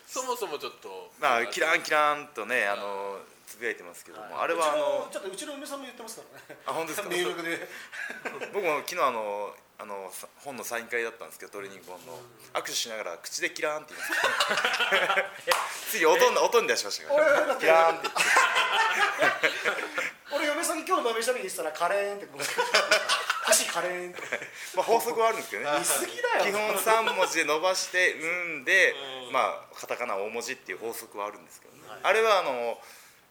Speaker 4: そもそもちょっと
Speaker 1: まあキラーンキラーンとねあのつぶやいてますけどもあれ
Speaker 2: うち
Speaker 1: はあ
Speaker 2: の
Speaker 1: の
Speaker 2: ちょっとうちの嫁さんも言ってますからね
Speaker 1: あ本当ですか
Speaker 2: メールで
Speaker 1: 僕も昨日あのあのさ本のサイン会だったんですけどトレーニング本の握手しながら口でキラーンって言いました次音に音に出しましたけど
Speaker 2: 俺だって
Speaker 1: キラーンって
Speaker 2: 俺嫁さんに今日のめしゃべりしたらカレーンって箸カレーンって
Speaker 1: まあ法則はあるんですけどね
Speaker 2: 見すぎだ
Speaker 1: 基
Speaker 2: よ
Speaker 1: 本三文字で伸ばして「うん」で、まあカタカナ大文字っていう法則はあるんですけどね、あれはあの、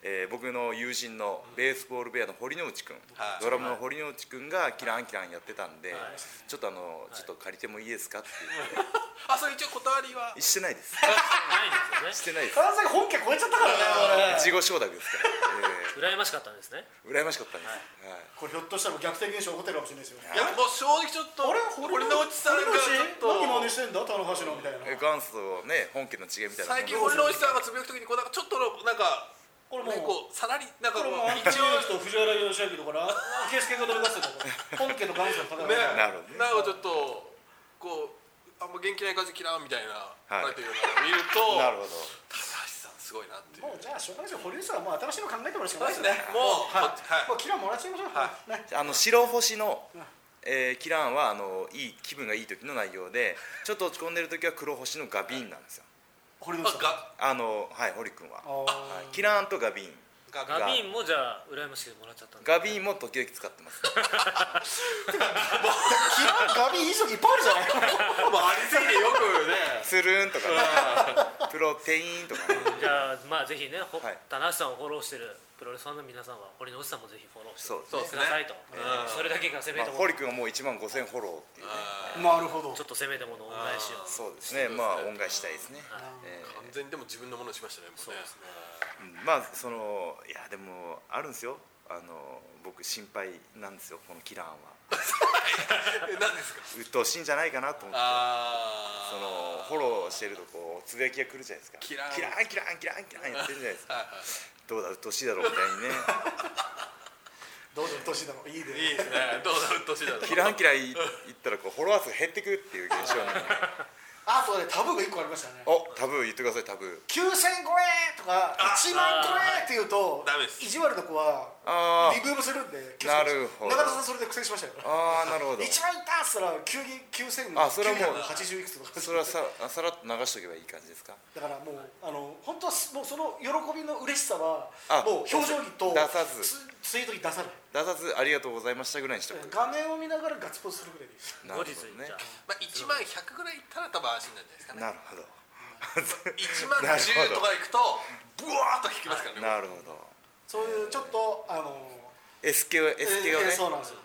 Speaker 1: えー僕の友人のベースボールベアの堀之内くん、
Speaker 4: はい
Speaker 1: ドラムの堀之内くんがキランキランやってたんで、
Speaker 3: はい
Speaker 1: ちょっとあのちょっと借りてもいいですかって言って、
Speaker 4: あそれ一応断りは
Speaker 1: してないです
Speaker 3: ないんです
Speaker 1: し
Speaker 3: よ
Speaker 1: て
Speaker 3: ね
Speaker 1: ないです
Speaker 2: 完全に本家超えちゃったからね俺
Speaker 1: 自己承諾ですから、
Speaker 3: 羨ましかったんですね
Speaker 1: えー、羨ましかったんです、はい
Speaker 2: これひょっとしたら逆転現象起こってるかもしれないですよね
Speaker 4: いやもう正直ちょっと
Speaker 2: あれ
Speaker 4: 俺のおじさんがちょ
Speaker 2: 何真
Speaker 4: っ
Speaker 2: 似
Speaker 4: と
Speaker 2: してんだ田中氏のみたいな
Speaker 1: えー元祖とね本家の違いみたいなもん
Speaker 4: 最
Speaker 1: で
Speaker 4: 近俺のおじさんがつぶやくときにこうなんかちょっとなんか
Speaker 2: これもう
Speaker 4: ねこうさらりなんか
Speaker 2: こ
Speaker 4: こ
Speaker 2: れ
Speaker 4: う
Speaker 2: もアン
Speaker 4: 一
Speaker 2: タニ
Speaker 4: 応
Speaker 2: オ猪木と藤原義明だから圭介が取り出すんだから本家の元祖の戦いだ、
Speaker 4: ね
Speaker 2: から
Speaker 1: なるほどね
Speaker 4: なんかちょっとこうあんま元気ない感じキラーみたいな、
Speaker 1: はい
Speaker 4: なんていうのかな見ると
Speaker 1: なるほど
Speaker 4: 高橋さんすごいなっていう
Speaker 2: もうじゃあしょうがないですよ堀内さんはもう新しいの考えてもらうしか
Speaker 4: そう
Speaker 2: ない
Speaker 4: で
Speaker 2: ですすね
Speaker 4: ねもう
Speaker 2: はい
Speaker 4: は
Speaker 2: も
Speaker 4: い
Speaker 2: うキラーもらっちゃいましょう
Speaker 4: はい
Speaker 2: ね
Speaker 1: あの白星の
Speaker 2: うん、
Speaker 1: えーキランはあのいい気分がいい時の内容でちょっと落ち込んでる時は黒星のガビーンなんですよ
Speaker 2: 堀
Speaker 4: ま
Speaker 2: 内
Speaker 4: あ
Speaker 2: さん
Speaker 1: あのはい堀君は、
Speaker 2: あ
Speaker 1: はい、キランとガビーン
Speaker 4: がが
Speaker 3: ガビーンもじゃあ羨ましくてもらっちゃったんで
Speaker 1: ガビーンも時々使って ます
Speaker 2: キラーガビいい人いっぱいあるじゃない
Speaker 4: まあありすぎてよくね
Speaker 1: スルーンとか、ね、プロテインとか、ね、
Speaker 3: じゃあまあぜひね、ほ
Speaker 1: はい
Speaker 3: 田中さんをフォローしてるプロレスファンの皆さんは堀之内さんもぜひフォローして
Speaker 1: そうです
Speaker 4: そ
Speaker 1: ね
Speaker 4: うです
Speaker 3: く
Speaker 4: ね
Speaker 3: ださいと、
Speaker 4: うん
Speaker 3: それだけが攻
Speaker 1: ま
Speaker 3: め
Speaker 1: あ、
Speaker 3: たもの、
Speaker 1: 堀君はもう1万5000フォローっていうね
Speaker 4: あー
Speaker 2: なるほど
Speaker 3: ちょっと攻めたものを恩返しを
Speaker 1: そうですねまあ恩返ししたいですね、え
Speaker 4: 完全にでも自分のものにしましたねもうね
Speaker 3: そうですね
Speaker 1: ーうんまあそのいやでもあるんですよあの僕心配なんですよこのキランは
Speaker 4: え何ですか
Speaker 1: 鬱陶しいんじゃないかなと思って
Speaker 4: あ
Speaker 1: そのフォローしてるとこうつぶやきが来るじゃないですか
Speaker 4: キラーン
Speaker 1: キラーンキラーンキラーンキラーン言ってるじゃないですか
Speaker 4: はい
Speaker 1: どうだ鬱陶しいだろうみた いにね
Speaker 2: どうぞどうしだろういいで
Speaker 4: いいですねどうなる年だろう
Speaker 1: キラーンキラーン言ったらこうフォロワー数が減ってくっていう現象に
Speaker 2: あとねタブーが1個ありましたね
Speaker 1: おタブー言ってくださいタブー
Speaker 2: 9500円とか1万これって言うと
Speaker 4: ダメです
Speaker 2: 意地悪な子は
Speaker 1: あ
Speaker 2: リブームするんで気をつけて
Speaker 1: なるほど
Speaker 2: 中田さんそれで苦戦しましたよ
Speaker 1: あああなるほど
Speaker 2: 一番いったっつったら急に9980
Speaker 1: あそれはもう
Speaker 2: いくつとか
Speaker 1: それはささらっと流しとけばいい感じですか
Speaker 2: だからもうあの本当はすもうその喜びの嬉しさは
Speaker 1: あ
Speaker 2: もう表情にと
Speaker 1: 出さず
Speaker 2: ツツイートに出さない
Speaker 1: 出さずありがとうございましたぐらいにしとく
Speaker 2: 画面を見ながらガッツポーズするぐらいでいいです
Speaker 1: な
Speaker 3: 後
Speaker 1: るほ
Speaker 3: 日
Speaker 1: どね
Speaker 3: じゃあ
Speaker 4: まあ、1万100ぐらいいったら多分安心なんじゃないですかね
Speaker 1: なるほ
Speaker 4: 1万10とかいくとブワーッと引きますか
Speaker 1: どな
Speaker 4: らね
Speaker 1: るほど
Speaker 2: そういうちょっとあの
Speaker 1: S 系は S 系をね
Speaker 2: えーそうなんです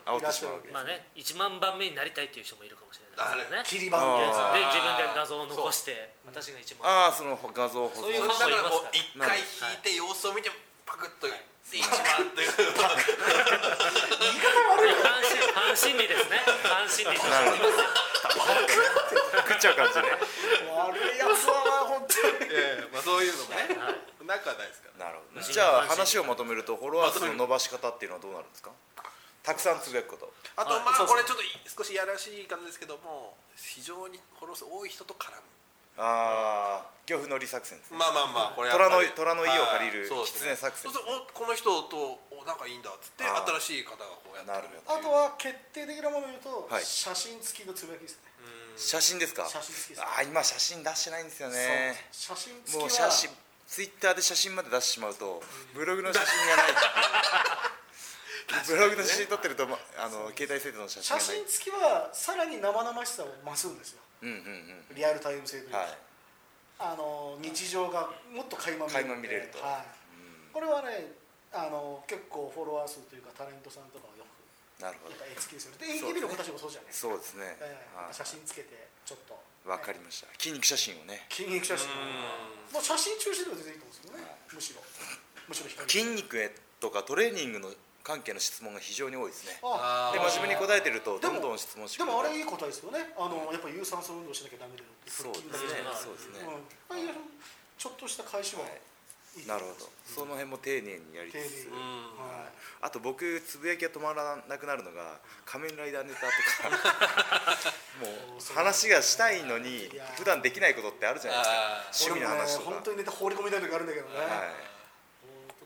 Speaker 1: 煽
Speaker 2: よ
Speaker 1: ってしまうわけ
Speaker 3: まあね1万番目になりたいっていう人もいるかもしれないですよ
Speaker 2: 切り
Speaker 3: ね
Speaker 2: 板みたい
Speaker 1: あ
Speaker 2: な
Speaker 3: で自分で画像を残して私が1万
Speaker 1: ああその画像保存
Speaker 3: そういう
Speaker 4: だ
Speaker 3: 話
Speaker 4: からもう1回引いて様子を見てパクッと1万という
Speaker 3: 半身半身理ですね半身理と
Speaker 1: なる
Speaker 3: して
Speaker 1: ほど食っちゃう感じね
Speaker 2: 悪いやつは本当に
Speaker 4: ええまあそう いうのもね中はないですから
Speaker 1: なるほどじゃあ話をまとめるとフォロワー数の伸ばし方っていうのはどうなるんですかたくさんつぶやくこと
Speaker 4: あと
Speaker 3: はい
Speaker 4: まあ
Speaker 3: そう
Speaker 4: こ
Speaker 3: そう
Speaker 4: れちょっと少しやらしい感じですけども非常にフォロー数多い人と絡む
Speaker 1: ああ漁夫の利作戦ですね
Speaker 4: まあまあまあこれ
Speaker 1: 虎の
Speaker 4: やっぱり
Speaker 1: 虎の家を借りる
Speaker 4: はいそうですね
Speaker 1: 狐作戦
Speaker 4: そうするとおこの人とお仲いいんだっつって
Speaker 1: あー
Speaker 4: 新しい方がこうやって
Speaker 1: なるほ
Speaker 2: あとは決定的なものを言うと、
Speaker 1: はい
Speaker 2: 写真付きのつぶやきですね
Speaker 1: 写真ですか
Speaker 2: 写真付きです
Speaker 1: ああ今写真出してないんですよね
Speaker 2: そう写真付きは
Speaker 1: もう写真ツイッターで写真まで出してしまうとブログの写真 がないブログの写真撮ってるとまあの携帯制度の写真
Speaker 2: 写
Speaker 1: がない
Speaker 2: 真付きはさらに生々しさを増すんですよ
Speaker 1: うんうんうん
Speaker 2: リアルタイム性というか、
Speaker 1: はい
Speaker 2: あの日常がもっと垣間見れるんで
Speaker 1: 垣間見れると
Speaker 2: はいこれはねあの結構フォロワー数というかタレントさんとかはよく
Speaker 1: なるほど
Speaker 2: やっぱ絵付きですよね
Speaker 1: そうで
Speaker 2: で AKB
Speaker 1: すね
Speaker 2: の子たちもそうじゃないですか、
Speaker 1: そうですね
Speaker 2: ええ
Speaker 1: はい
Speaker 2: 写真つけてちょっと
Speaker 1: わかりました筋肉写真をね
Speaker 2: 筋肉写真まあ写真中心でも全然いいと思うんですけどね、むしろむしろ光
Speaker 1: 筋肉へとかトレーニングの関係の質問が非常に多いですね
Speaker 2: あ
Speaker 1: で真面目に答えてると
Speaker 2: で
Speaker 1: ど
Speaker 2: も
Speaker 1: んどん質問して
Speaker 2: で
Speaker 1: くる
Speaker 2: もあれいい答えですよねあのやっぱ有酸素運動しなきゃダメだよって
Speaker 1: そうですね
Speaker 2: 腹筋だけじゃなくて
Speaker 1: そうですね
Speaker 2: うん、ああいうちょっとした返しは、
Speaker 1: はい
Speaker 2: いいと
Speaker 1: な
Speaker 2: 思
Speaker 1: るほ
Speaker 2: いま
Speaker 1: ど
Speaker 2: す
Speaker 1: その辺も丁寧にやりつつ
Speaker 2: 丁寧にはい
Speaker 1: あと僕つぶやきが止まらなくなるのが仮面ライダーネタとかもう話がしたいのに
Speaker 2: いやー
Speaker 1: 普段できないことってあるじゃないですか趣味の話
Speaker 2: 俺
Speaker 1: と
Speaker 2: もね、本
Speaker 1: か
Speaker 2: 当にネタ放り込みたい時あるんだけどね、
Speaker 1: はい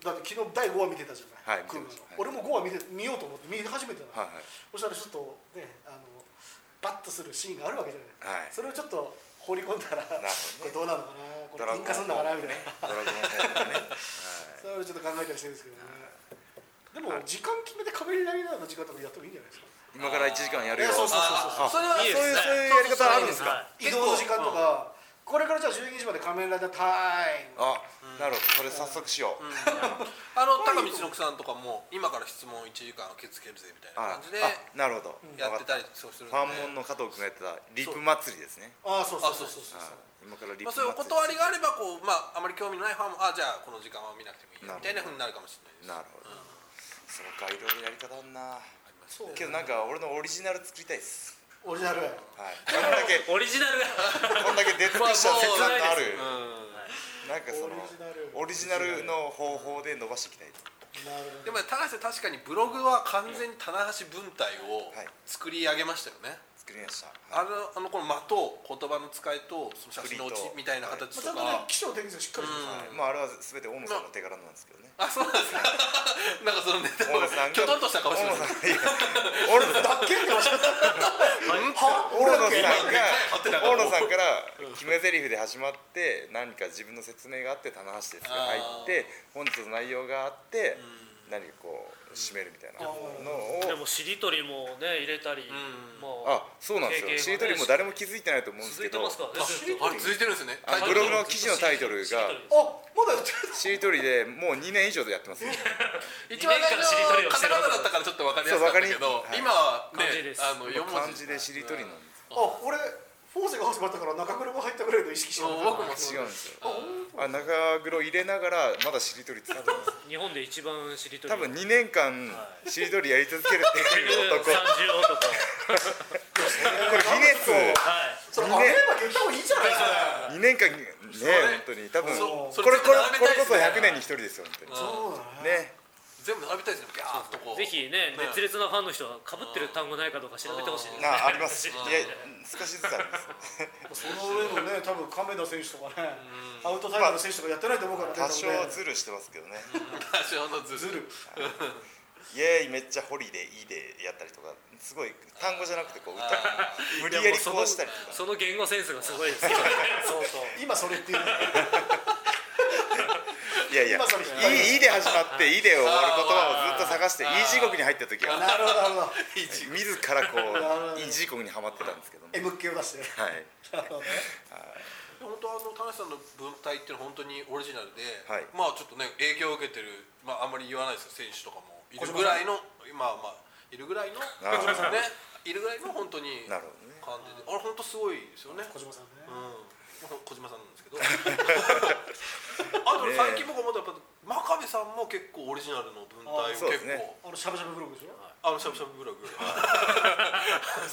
Speaker 2: だって昨日第5話見てたじゃない、
Speaker 1: はい見てました
Speaker 2: クールの俺も5話見て見ようと思って見始めてたの、
Speaker 1: はいはい
Speaker 2: そしたらちょっとねあのバッとするシーンがあるわけじゃない、
Speaker 1: はい
Speaker 2: それをちょっと放り込んだら
Speaker 1: るほ
Speaker 2: これどうなのか
Speaker 1: ド
Speaker 2: な
Speaker 1: ラ
Speaker 2: これ
Speaker 1: ゴン
Speaker 2: 引火すんだかなみたいな、
Speaker 1: ドラゴンボールね
Speaker 2: それをちょっと考えたりしてるんですけどね、でも時間決めて壁になりながらの時間とかやってもいいんじゃないですか
Speaker 1: 今から1時間やるよ
Speaker 2: いやそうそう
Speaker 1: あ
Speaker 4: それはい
Speaker 1: い
Speaker 4: そう
Speaker 1: ですね
Speaker 4: い
Speaker 1: そういうや
Speaker 4: う
Speaker 1: り方あるんですか
Speaker 3: はい
Speaker 2: 移動の時間とか、これからじゃあ12時まで仮面ライダータイム
Speaker 1: あなるほどそれ早速しよう
Speaker 4: あの高道の奥さんとかも今から質問1時間受け付けるぜみたい
Speaker 1: あ
Speaker 4: な感じで
Speaker 1: あなるほど
Speaker 4: やってたり
Speaker 1: わか
Speaker 4: そうするん
Speaker 1: っ
Speaker 4: で
Speaker 1: たファンモンの加藤君がやってたリップ祭りですね
Speaker 2: ああそうそう
Speaker 4: あそ
Speaker 2: そうう
Speaker 4: そう
Speaker 2: そう
Speaker 4: そう
Speaker 1: はい今からリップ
Speaker 4: まあ、
Speaker 1: 祭
Speaker 4: そう
Speaker 1: り
Speaker 4: いうお断りがあればこう、まあ、あまり興味のないファンもあじゃあこの時間は見なくてもいいよみたいなふうになるかもしれな
Speaker 1: なる
Speaker 4: いです
Speaker 1: ほどそうかいろいろやり方あんな
Speaker 4: あります
Speaker 2: そう
Speaker 1: けどなんか俺のオリジナル作りたいです
Speaker 2: オリジナル
Speaker 1: はいこんだ け
Speaker 3: オリジナルが
Speaker 1: こんだけ出てきた切断がある
Speaker 4: う、
Speaker 1: なんかそのオリジナルの方法で伸ばしていきたい
Speaker 2: なるほど
Speaker 4: んでもね田橋さん確かにブログは完全に棚橋文体を
Speaker 1: はい
Speaker 4: 作り上げましたよね、
Speaker 1: 作りました
Speaker 4: あのあのこの間と言葉の使いとその写真のうち
Speaker 1: 振りと
Speaker 4: みたいな形
Speaker 2: まあ
Speaker 4: と
Speaker 2: ちゃ
Speaker 4: か、
Speaker 2: んとね、起承転結がしっかりして
Speaker 1: はいまああれは全て大野さんの手柄なんですけどね
Speaker 4: あそうなんですかなんかそのネタ
Speaker 1: 大
Speaker 4: を
Speaker 1: 野さんが
Speaker 4: きょとっとした顔して
Speaker 1: 大野
Speaker 4: ます
Speaker 1: さ
Speaker 4: ね
Speaker 1: んがいや大野さん
Speaker 2: ます。だっけって 言いました。は
Speaker 1: 大野さん
Speaker 2: 俺だっけ
Speaker 1: が大野さんから決め台詞で始まって何か自分の説明があって棚橋ですが入って本日の内容があって何かこう締めるみたいなのを
Speaker 3: でもしりとりもね入れたり
Speaker 4: ん
Speaker 3: もう
Speaker 1: あそうなんですよ
Speaker 3: 経験がね
Speaker 1: しりとりも誰も気づいてないと思うんです
Speaker 3: 続
Speaker 1: け
Speaker 3: いて
Speaker 1: ど
Speaker 3: ますからねずっと
Speaker 4: あれ続いてるんですね
Speaker 1: あ
Speaker 4: タイト
Speaker 1: ブ
Speaker 4: ル
Speaker 1: ログの記事のタイトルが
Speaker 3: しりとり
Speaker 2: あ、まだやってる。
Speaker 1: しりとりでもう2年以上でやってますよ
Speaker 4: 一番最
Speaker 3: 二年からしりとり
Speaker 4: 初
Speaker 3: を
Speaker 4: カ
Speaker 3: して
Speaker 4: タ
Speaker 3: る
Speaker 4: カナだったからちょっと分かりやすかったけ
Speaker 1: そう
Speaker 4: ど
Speaker 1: わかり
Speaker 4: 今はね
Speaker 3: 漢字です
Speaker 4: あの4文
Speaker 1: 漢
Speaker 4: 字
Speaker 1: 字でしりとりなんで
Speaker 2: あ、俺フォーゼが始まったから中村も入ったぐらいの意識して
Speaker 4: そう僕も
Speaker 1: す違うんですよ
Speaker 2: あ、うん
Speaker 1: あ中黒入れながらまだしりとり使ってます
Speaker 3: 日本で一番しりとり
Speaker 1: 多分2年間しりとりやり続けるっていう
Speaker 3: 30
Speaker 1: 男こ
Speaker 3: 男
Speaker 1: れギネス
Speaker 3: はい
Speaker 2: それあれば結構いいじゃな
Speaker 1: 2
Speaker 2: い
Speaker 1: 年間ね本当に多分
Speaker 4: そう
Speaker 1: これこれこれこそ
Speaker 4: それ並べたいですね
Speaker 1: 100年に1人ですよ本当に
Speaker 2: そうだね。
Speaker 1: ね
Speaker 4: 全部並べたいですねビャーっと こ
Speaker 3: ぜ
Speaker 4: う
Speaker 3: ひね
Speaker 4: ね
Speaker 3: 熱烈なファンの人はかぶってる単語ないかどうか調べてほしいですね
Speaker 1: ああり ますいや
Speaker 3: うん
Speaker 1: 少しずつあります
Speaker 2: その上のね多分亀田選手とかねアウトサイダーの選手とかやってないと思うからね
Speaker 1: 多少
Speaker 2: 多分ね
Speaker 1: ズルしてますけどね
Speaker 4: 多少のズル
Speaker 2: ずる
Speaker 1: イエーイめっちゃホリデーいいでやったりとかすごい単語じゃなくてこう歌無理やりこうしたりとか
Speaker 3: その言語センスがすごいです よねそうそう
Speaker 2: 今それっていうの
Speaker 1: いやいや
Speaker 2: 今それ
Speaker 1: いいいいで始まっていいで終わる言葉をずっと探していい地獄に入った時 は
Speaker 2: なるほどなるほど
Speaker 1: 自らこ
Speaker 2: なるほど
Speaker 1: ういい地獄にはまってたんですけ どね
Speaker 2: M 系を出してね
Speaker 1: はい
Speaker 2: なるほどね
Speaker 4: 本当あの田中さんの文体っていうのは本当にオリジナルで、
Speaker 1: はい
Speaker 4: まあちょっとね影響を受けてるまああんまり言わないですけど選手とかもいるぐらいのまあまあいるぐらいの
Speaker 1: なるほど
Speaker 4: ねいるぐらいの本当に
Speaker 1: な
Speaker 4: 感
Speaker 1: るほどね
Speaker 4: じであれ本当すごいですよね。
Speaker 2: 小島さん
Speaker 4: うん
Speaker 2: ね
Speaker 4: まあ小島さんなんですけどあと最近僕思ったのはやっぱ真壁さんも結構オリジナルの文体を
Speaker 1: そうで
Speaker 4: 結
Speaker 1: す
Speaker 4: 構、
Speaker 1: ね
Speaker 2: あのしゃぶしゃぶブログでしょ
Speaker 4: あのしゃぶしゃぶブログス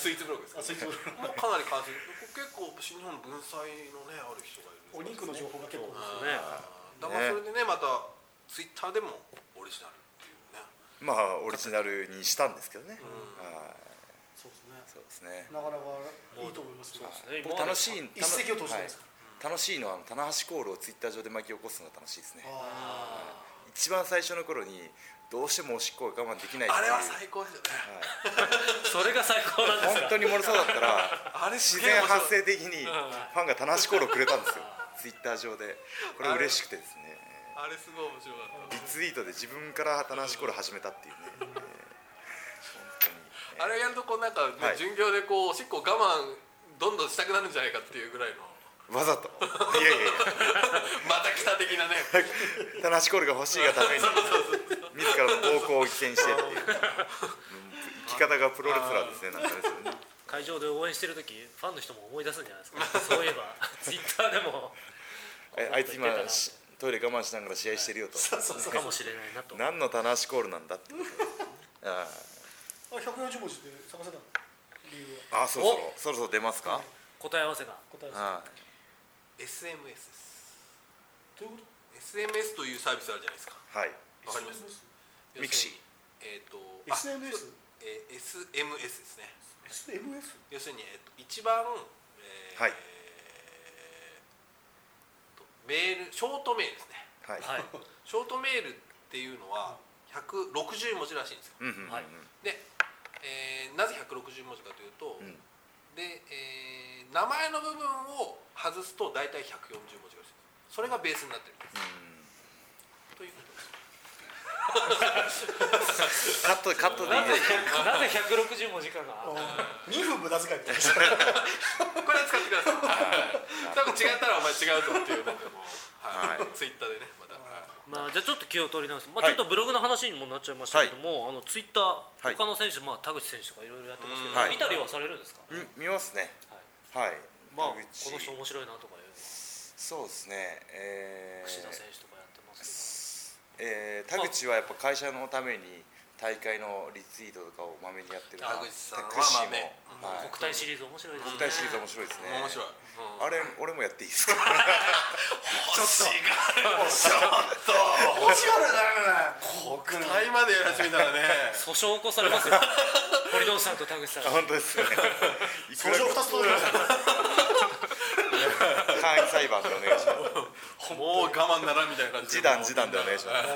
Speaker 4: イーツブログです
Speaker 2: あ
Speaker 4: か
Speaker 2: スイーツブロ
Speaker 4: もうかなり関心結構新日本の文才のねある人がいる
Speaker 2: グお肉の情報が結構
Speaker 3: そうね
Speaker 4: だからそれでねまたツイッターでもオリジナルっていうね
Speaker 1: まあオリジナルにしたんですけどねはい
Speaker 2: そうですね
Speaker 1: そうですね
Speaker 2: なかなかいいと思いますよ
Speaker 3: ね
Speaker 1: 僕楽しい
Speaker 2: 一石を投じて
Speaker 1: は
Speaker 2: ま
Speaker 1: い
Speaker 2: す
Speaker 1: 楽しいのはあの棚橋コールをツイッター上で巻き起こすのが楽しいですね
Speaker 2: あ
Speaker 1: 一番最初の頃にどうしてもおしっこが我慢できないっていう
Speaker 4: あれは最高ですよね
Speaker 3: それが最高なんです
Speaker 1: 本
Speaker 3: よ
Speaker 1: 当にもろそうだったら
Speaker 4: あれ
Speaker 1: 自然発
Speaker 4: 生
Speaker 1: 生的にファンが棚橋コールをくれたん ですよツイッター上でこれ嬉しくてですね
Speaker 4: あれすごい面白かっ
Speaker 1: リツイートで自分から棚橋コール始めたっていうねえー本
Speaker 4: たあれやるとこうなんかね、
Speaker 1: はい
Speaker 4: 巡業でこうおしっこ我慢どんどんしたくなるんじゃないかっていうぐらいの
Speaker 1: 当にわざといやいやいや
Speaker 4: また来た的なね
Speaker 1: 棚橋コールが欲しいがために自らの暴行を犠牲にしてっていう生き方がプロレスラーですねなんかですよね
Speaker 3: 会場で応援してる時ファンの人も思い出すんじゃないですか そういえ ばツイッターでも
Speaker 1: えあいつ今しトイレ我慢しながら試合してるよと
Speaker 3: かもしれないなと
Speaker 1: 何の棚橋コールなんだってことですあ
Speaker 2: あ140文字で探せたの理由
Speaker 1: ーあーそろそろそろそろ出ますか
Speaker 3: 答え合わせが
Speaker 2: は答えです
Speaker 1: はい
Speaker 4: SMS です
Speaker 2: どういうこ
Speaker 4: SMS というサービスあるじゃないですか
Speaker 1: はい
Speaker 4: わかります
Speaker 1: ミクシー
Speaker 4: えっ、と
Speaker 2: と SNS
Speaker 4: あえー SMS ですね
Speaker 2: SMS
Speaker 4: 要するに、えー、と一番、えー
Speaker 1: はい
Speaker 4: とメールショートメールですね
Speaker 1: はい
Speaker 3: はい
Speaker 4: ショートメールっていうのは160文字らしいんですよ
Speaker 1: うんうんうんうん
Speaker 3: はい
Speaker 4: で、えーなぜ160文字かというと、
Speaker 1: ん
Speaker 4: で、えー名前の部分を外すと大体140文字らしいんですそれがベースになってるんです、ということです
Speaker 1: カットカットでいい
Speaker 3: な
Speaker 1: で
Speaker 3: ぜ
Speaker 1: す
Speaker 3: なぜ160文字かが
Speaker 2: 2分無駄遣いみたいな
Speaker 4: これは使ってください。多分違ったらお前違うぞっていうなんかもう、はい
Speaker 1: はい
Speaker 4: ツイッターでねまた、はい
Speaker 3: まあ、じゃあちょっと気を取り直して、まあ、
Speaker 1: は
Speaker 3: ちょ
Speaker 1: い
Speaker 3: っとブログの話にもなっちゃいましたけども、あのツイッター、
Speaker 1: はい
Speaker 3: 他の選手、まあ、田口選手とかいろいろやってますけど、
Speaker 1: うんはい
Speaker 3: 見たりはされるんですか、
Speaker 1: うん見ますね
Speaker 3: はい
Speaker 1: はい
Speaker 3: まあ、こ
Speaker 1: 田口
Speaker 3: の人面白いなとかいうのは、
Speaker 1: そうですねえー
Speaker 3: 櫛田選手とかやってます
Speaker 1: えー田口はやっぱ会社のために大会のリツイートとかをまめにやってるな
Speaker 4: 田口さんは
Speaker 1: 田口氏も
Speaker 4: まめ
Speaker 1: は
Speaker 3: けど、
Speaker 1: い
Speaker 3: 国体シリーズ、面白いですね、
Speaker 1: 国体シリーズ面白いですね
Speaker 4: 面白い。
Speaker 1: あれ俺もやっていいですか
Speaker 4: ちょっと違う。
Speaker 2: 面
Speaker 4: ち
Speaker 2: 白いな
Speaker 4: ょっと国体までやり始めたらね。
Speaker 3: 訴訟起こされますよ、 堀之内さんと田口さん
Speaker 1: あ、本当 ですねいく
Speaker 2: 訴
Speaker 1: ら
Speaker 2: 状2つ届きましたね
Speaker 1: 簡易裁判でお願いしま
Speaker 4: もう我慢ならんみたいな感
Speaker 1: す
Speaker 4: じ
Speaker 1: 示
Speaker 4: で。
Speaker 1: 談示談でお願いします
Speaker 4: す。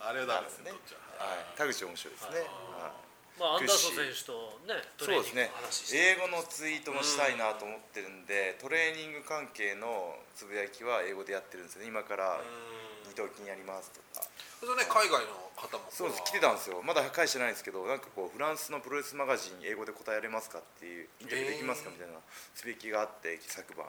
Speaker 4: あれはダメですね。
Speaker 1: ね
Speaker 4: どっちは
Speaker 1: はい田口面白いですねはい
Speaker 3: まあ、アンダーソン選手と、ね、トレ
Speaker 1: そ
Speaker 3: ー
Speaker 1: うです
Speaker 3: ニングの
Speaker 1: ね
Speaker 3: 話して、
Speaker 1: 英語のツイートもしたいなと思ってるんで、トレーニング関係のつぶやきは英語でやってるんですよね今から二頭筋やりますとか
Speaker 4: それとね海外の方も。
Speaker 1: そうです来てたんですよまだ返してないんですけどなんかこうフランスのプロレスマガジン英語で答えられますかっていうインタビューできますか
Speaker 4: えー
Speaker 1: みたいなつぶやきがあって昨晩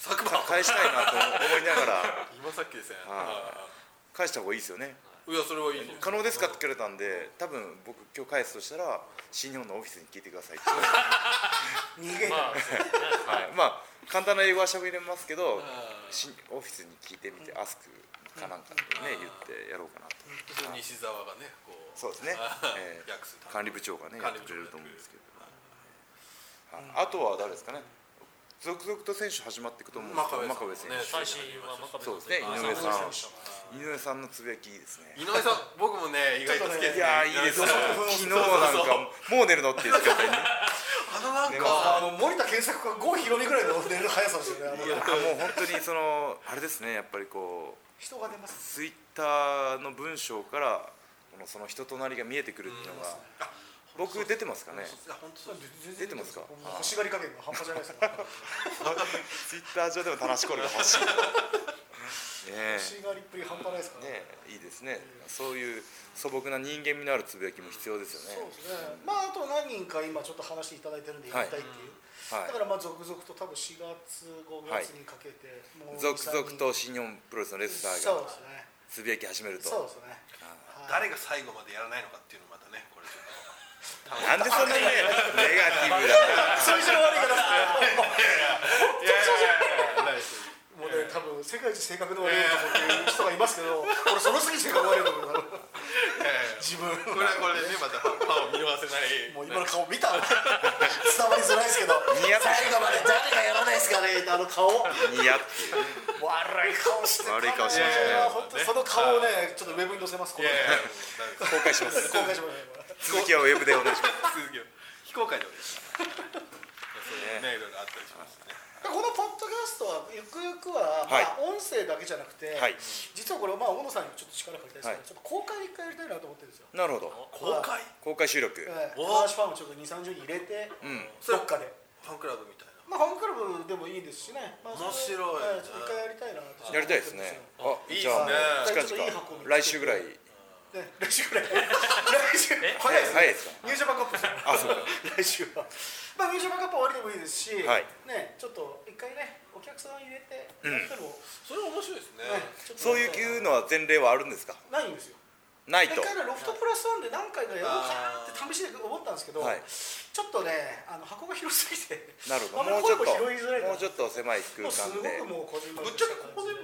Speaker 4: 昨
Speaker 1: か
Speaker 4: 晩。
Speaker 1: 返したいなと思いながら
Speaker 4: 今さっきですね。
Speaker 1: は返した方がいいですよね
Speaker 4: いやそれはいい。
Speaker 1: 可能ですかって聞かれたんで多分僕今日返すとしたら新日本のオフィスに聞いてくださいって
Speaker 2: 逃げ
Speaker 3: まあ、そうですね
Speaker 1: はい、まあ簡単な英語はしゃべれますけど
Speaker 4: ん
Speaker 1: しオフィスに聞いてみて「アスク」かなんかでね言ってやろうかなと
Speaker 4: 西澤がねこう。
Speaker 1: そうですね
Speaker 4: あ、
Speaker 1: えー
Speaker 4: 訳すため
Speaker 1: 管理部長がねや
Speaker 4: 管
Speaker 1: っ
Speaker 4: 理
Speaker 1: て
Speaker 4: 部
Speaker 1: く
Speaker 4: 長
Speaker 1: れる
Speaker 4: が
Speaker 1: と思
Speaker 4: やってくれ
Speaker 1: うん
Speaker 4: る
Speaker 1: ですけど、はいあとは誰ですかね続々と選手始まっていくと思うんですけど
Speaker 4: 真
Speaker 1: 真
Speaker 4: 壁
Speaker 1: 壁
Speaker 4: さ
Speaker 1: 選手
Speaker 4: んもね
Speaker 3: 最新は真壁
Speaker 1: そうですね
Speaker 3: 選手
Speaker 1: 井上さん井上さん
Speaker 2: さん
Speaker 1: のつぶやきいいですね
Speaker 4: 井上さん僕もね意外と好きですね
Speaker 1: いやーいいです
Speaker 4: 井
Speaker 1: ね
Speaker 4: 上さん
Speaker 1: 昨日なんかもう寝るのって言ってたよね
Speaker 4: あのなん
Speaker 1: で
Speaker 4: か
Speaker 1: も
Speaker 2: あの森田健作が郷ひろみぐらいの寝る速さですよねあの
Speaker 1: いやもう本当にそのあれですねやっぱりこう
Speaker 2: 人が出ます
Speaker 1: ツイッターの文章からこのその人となりが見えてくるっていうのが僕出てますかね
Speaker 4: いや本当そうです
Speaker 1: 出てますか
Speaker 2: もう欲しがり加減が半端じゃないですから
Speaker 1: ツイッター上でも楽しこれが欲しいねえ
Speaker 2: 欲しがりっぷり半端ないですから
Speaker 1: ねえいいですねそういう素朴な人間味のあるつぶやきも必要ですよ
Speaker 2: そう
Speaker 1: ね
Speaker 2: ですね、まあ、あと何人か今ちょっと話いただいてるんでやりたいっていう、
Speaker 1: はい
Speaker 2: だからまあ続々と多分4月5月にかけて、もう
Speaker 1: 続
Speaker 2: 23
Speaker 1: 々と新日本プロレスのレスラー
Speaker 2: そう
Speaker 1: が
Speaker 2: です
Speaker 1: つ
Speaker 2: ね
Speaker 1: ぶやき始める
Speaker 2: そう
Speaker 1: と
Speaker 2: ですねはい
Speaker 4: 誰が最後までやらないのかっていうのまたねこれちょっと
Speaker 1: なんでそんなにねネガティブだな
Speaker 2: それ以上の悪い方 ですね
Speaker 4: いやいやいやないですよ
Speaker 2: もうね多分世界一性格の悪い男っていう人がいますけ ど俺その次性格悪い男だろ
Speaker 4: いやいや
Speaker 2: 自分
Speaker 4: これはこれでねまた歯を見逃せない
Speaker 2: もう今の顔見 た伝わりづらいですけど
Speaker 1: ニヤッ
Speaker 2: 最後まで誰がやらないですかねあの顔悪
Speaker 1: ニヤっていうね
Speaker 2: い顔してた
Speaker 1: 悪い顔してましたね
Speaker 2: いや本当にその顔をねちょっとウェブに載せますこ
Speaker 4: いや
Speaker 2: れ
Speaker 4: いや もうダメです
Speaker 1: 公開します
Speaker 2: 公開しますこれ
Speaker 1: 続きはウェブでお願いします
Speaker 4: 続きを非公開でお願いしますいやそういうねいろいろあったりしますね
Speaker 2: このポッドキャストはゆくゆくは、
Speaker 1: はい
Speaker 2: まあ、音声だけじゃなくて、
Speaker 1: はい
Speaker 2: 実はこれ、まあ、小野さんにもちょっと力を借りた
Speaker 1: は
Speaker 2: い
Speaker 1: い
Speaker 2: ですけど、ちょっと公開で一回やりたいなと思ってるんですよ。
Speaker 1: なるほど
Speaker 4: 公開
Speaker 1: 公開収録
Speaker 2: ええ
Speaker 4: お
Speaker 2: 高橋ファンをちょっと2、30人入れて、
Speaker 1: うん
Speaker 2: どっかで、
Speaker 4: ファンクラブみたいな
Speaker 2: まあ、ファンクラブでもいいですしね、まあ、
Speaker 4: 面白い
Speaker 2: ええちょっと一回やりたいなと
Speaker 1: やりたいですねあ
Speaker 4: いいです
Speaker 1: じゃあ
Speaker 4: ね
Speaker 1: 近々来週ぐらい
Speaker 2: ね来週ぐらい、来週、早いです
Speaker 1: 早いで
Speaker 2: ね、
Speaker 1: すか
Speaker 2: ニュージャパンカップですよ
Speaker 1: あそうか
Speaker 2: 来週は、まあ、ニュージャパンカップ終わりでもいいですし、
Speaker 1: はい
Speaker 2: ね、ちょっと一回ね、お客さん入れて、やっても、
Speaker 4: それ面白いですね
Speaker 2: ねちょっと
Speaker 1: そういうのは前例はあるんですか
Speaker 2: ないんですよ。
Speaker 1: ない
Speaker 2: 一
Speaker 1: と
Speaker 2: 回ねロフトプラスワンで何回かやろうかなって試しで思ったんですけど、
Speaker 1: はい
Speaker 2: ちょっとねあの箱が広すぎて
Speaker 1: なるほど
Speaker 2: あ
Speaker 1: も
Speaker 2: ん
Speaker 1: う
Speaker 2: ま
Speaker 1: ちょ
Speaker 2: り
Speaker 1: っ
Speaker 2: 声
Speaker 1: と
Speaker 2: も拾いづらいな
Speaker 1: もうちょっと狭い空
Speaker 2: もうす
Speaker 1: 間
Speaker 2: ご
Speaker 1: で
Speaker 2: くもう個人
Speaker 4: ぶっちゃけここでも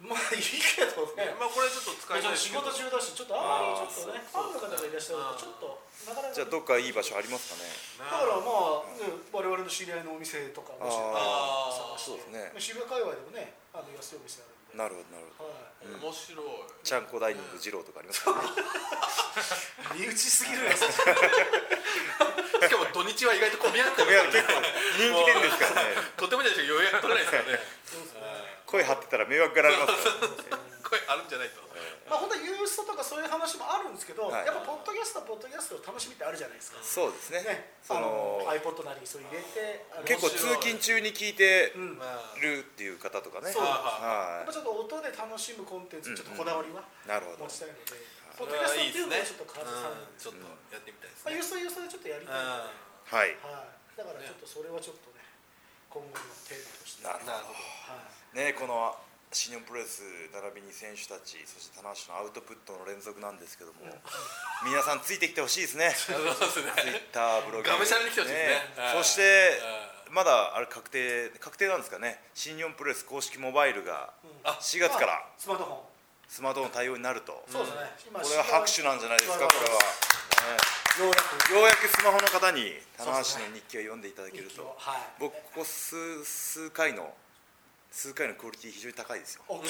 Speaker 2: まあいいけどね、
Speaker 4: まあこれちょっと使
Speaker 2: まあ
Speaker 4: い
Speaker 2: ちょっ
Speaker 4: たい
Speaker 2: と
Speaker 4: です
Speaker 2: 仕
Speaker 4: けど
Speaker 2: 事中だしちょっとあんまりちょっとねファンの方がいらっしゃる
Speaker 4: あー
Speaker 2: とちょっとなかなか
Speaker 1: じゃあどっかいい場所ありますかね
Speaker 2: だからまあ、ね、我々の知り合いのお店とかもし
Speaker 1: あ
Speaker 4: ー
Speaker 2: 探して
Speaker 1: そうですね
Speaker 2: 渋谷界隈でもねあの安いお店あるんで、
Speaker 1: なるほどなるほど
Speaker 2: はい
Speaker 4: 面白い
Speaker 1: ちゃんこダイニング二郎とかありますかね
Speaker 2: 身内すぎるやつ
Speaker 4: しかも土日は意外と混み合って
Speaker 1: い
Speaker 4: る
Speaker 1: や結構 人気店ですからね
Speaker 4: とてもじゃないですけど予約取れないです からね
Speaker 2: そうですね
Speaker 1: 声張ってたら迷惑がられますから
Speaker 4: 声あるんじゃないと
Speaker 2: まあ本当にユーストとかそういう話もあるんですけど、
Speaker 1: はい
Speaker 2: やっぱポッドキャストはポッドキャストの楽しみってあるじゃないですか、
Speaker 1: そうですね
Speaker 2: ね、
Speaker 1: その
Speaker 2: あの iPod なりそう入れてあの
Speaker 1: 結構
Speaker 2: や
Speaker 1: 通勤中に聞いて
Speaker 2: うん
Speaker 4: まあ
Speaker 1: るっていう方とかね
Speaker 2: そう
Speaker 1: は
Speaker 2: っぱちょっと音で楽しむコンテンツ、
Speaker 1: うん
Speaker 2: ちょっとこだわりは
Speaker 1: うんなるほど
Speaker 2: 持ちたいので、
Speaker 4: そ
Speaker 2: ポッ
Speaker 4: れ
Speaker 2: ドキャス
Speaker 4: は
Speaker 2: ト
Speaker 4: い
Speaker 2: って
Speaker 4: いで
Speaker 2: い
Speaker 4: す
Speaker 2: う
Speaker 4: ね
Speaker 2: のはちょっと川田さん、
Speaker 4: うんちょっとやってみたいです
Speaker 2: まあ、
Speaker 4: ね
Speaker 2: 郵送郵送でちょっとやりたいので、
Speaker 1: いはい
Speaker 2: はい、だからちょっとそれはちょっとね、今後のテーマとして、
Speaker 1: な
Speaker 2: は
Speaker 1: る
Speaker 2: い、
Speaker 1: ほ
Speaker 4: なるほ
Speaker 1: ねこの新日本プロレス並びに選手たちそして棚橋のアウトプットの連続なんですけども皆さんついてきてほしいですねツイッ
Speaker 4: どそうですね
Speaker 1: ターブログ
Speaker 4: がむしゃらに来てほしいですねはい
Speaker 1: そしてまだあれ確定確定なんですかね新日本プロレス公式モバイルが
Speaker 2: うん
Speaker 4: あ
Speaker 1: 4月から
Speaker 2: まあスマートフォン、
Speaker 1: スマートフォン対応になると
Speaker 2: そうですね、今
Speaker 1: これは拍手なんじゃないですかこれは
Speaker 2: ようやく
Speaker 1: ねようやくスマホの方に棚
Speaker 2: そうです
Speaker 1: 橋
Speaker 2: ね
Speaker 1: の日記を読んでいただける
Speaker 2: 息を
Speaker 1: と
Speaker 2: はい、
Speaker 1: 僕ここ数数回の数回のクオリティ非常に高いですよ
Speaker 2: お
Speaker 1: はい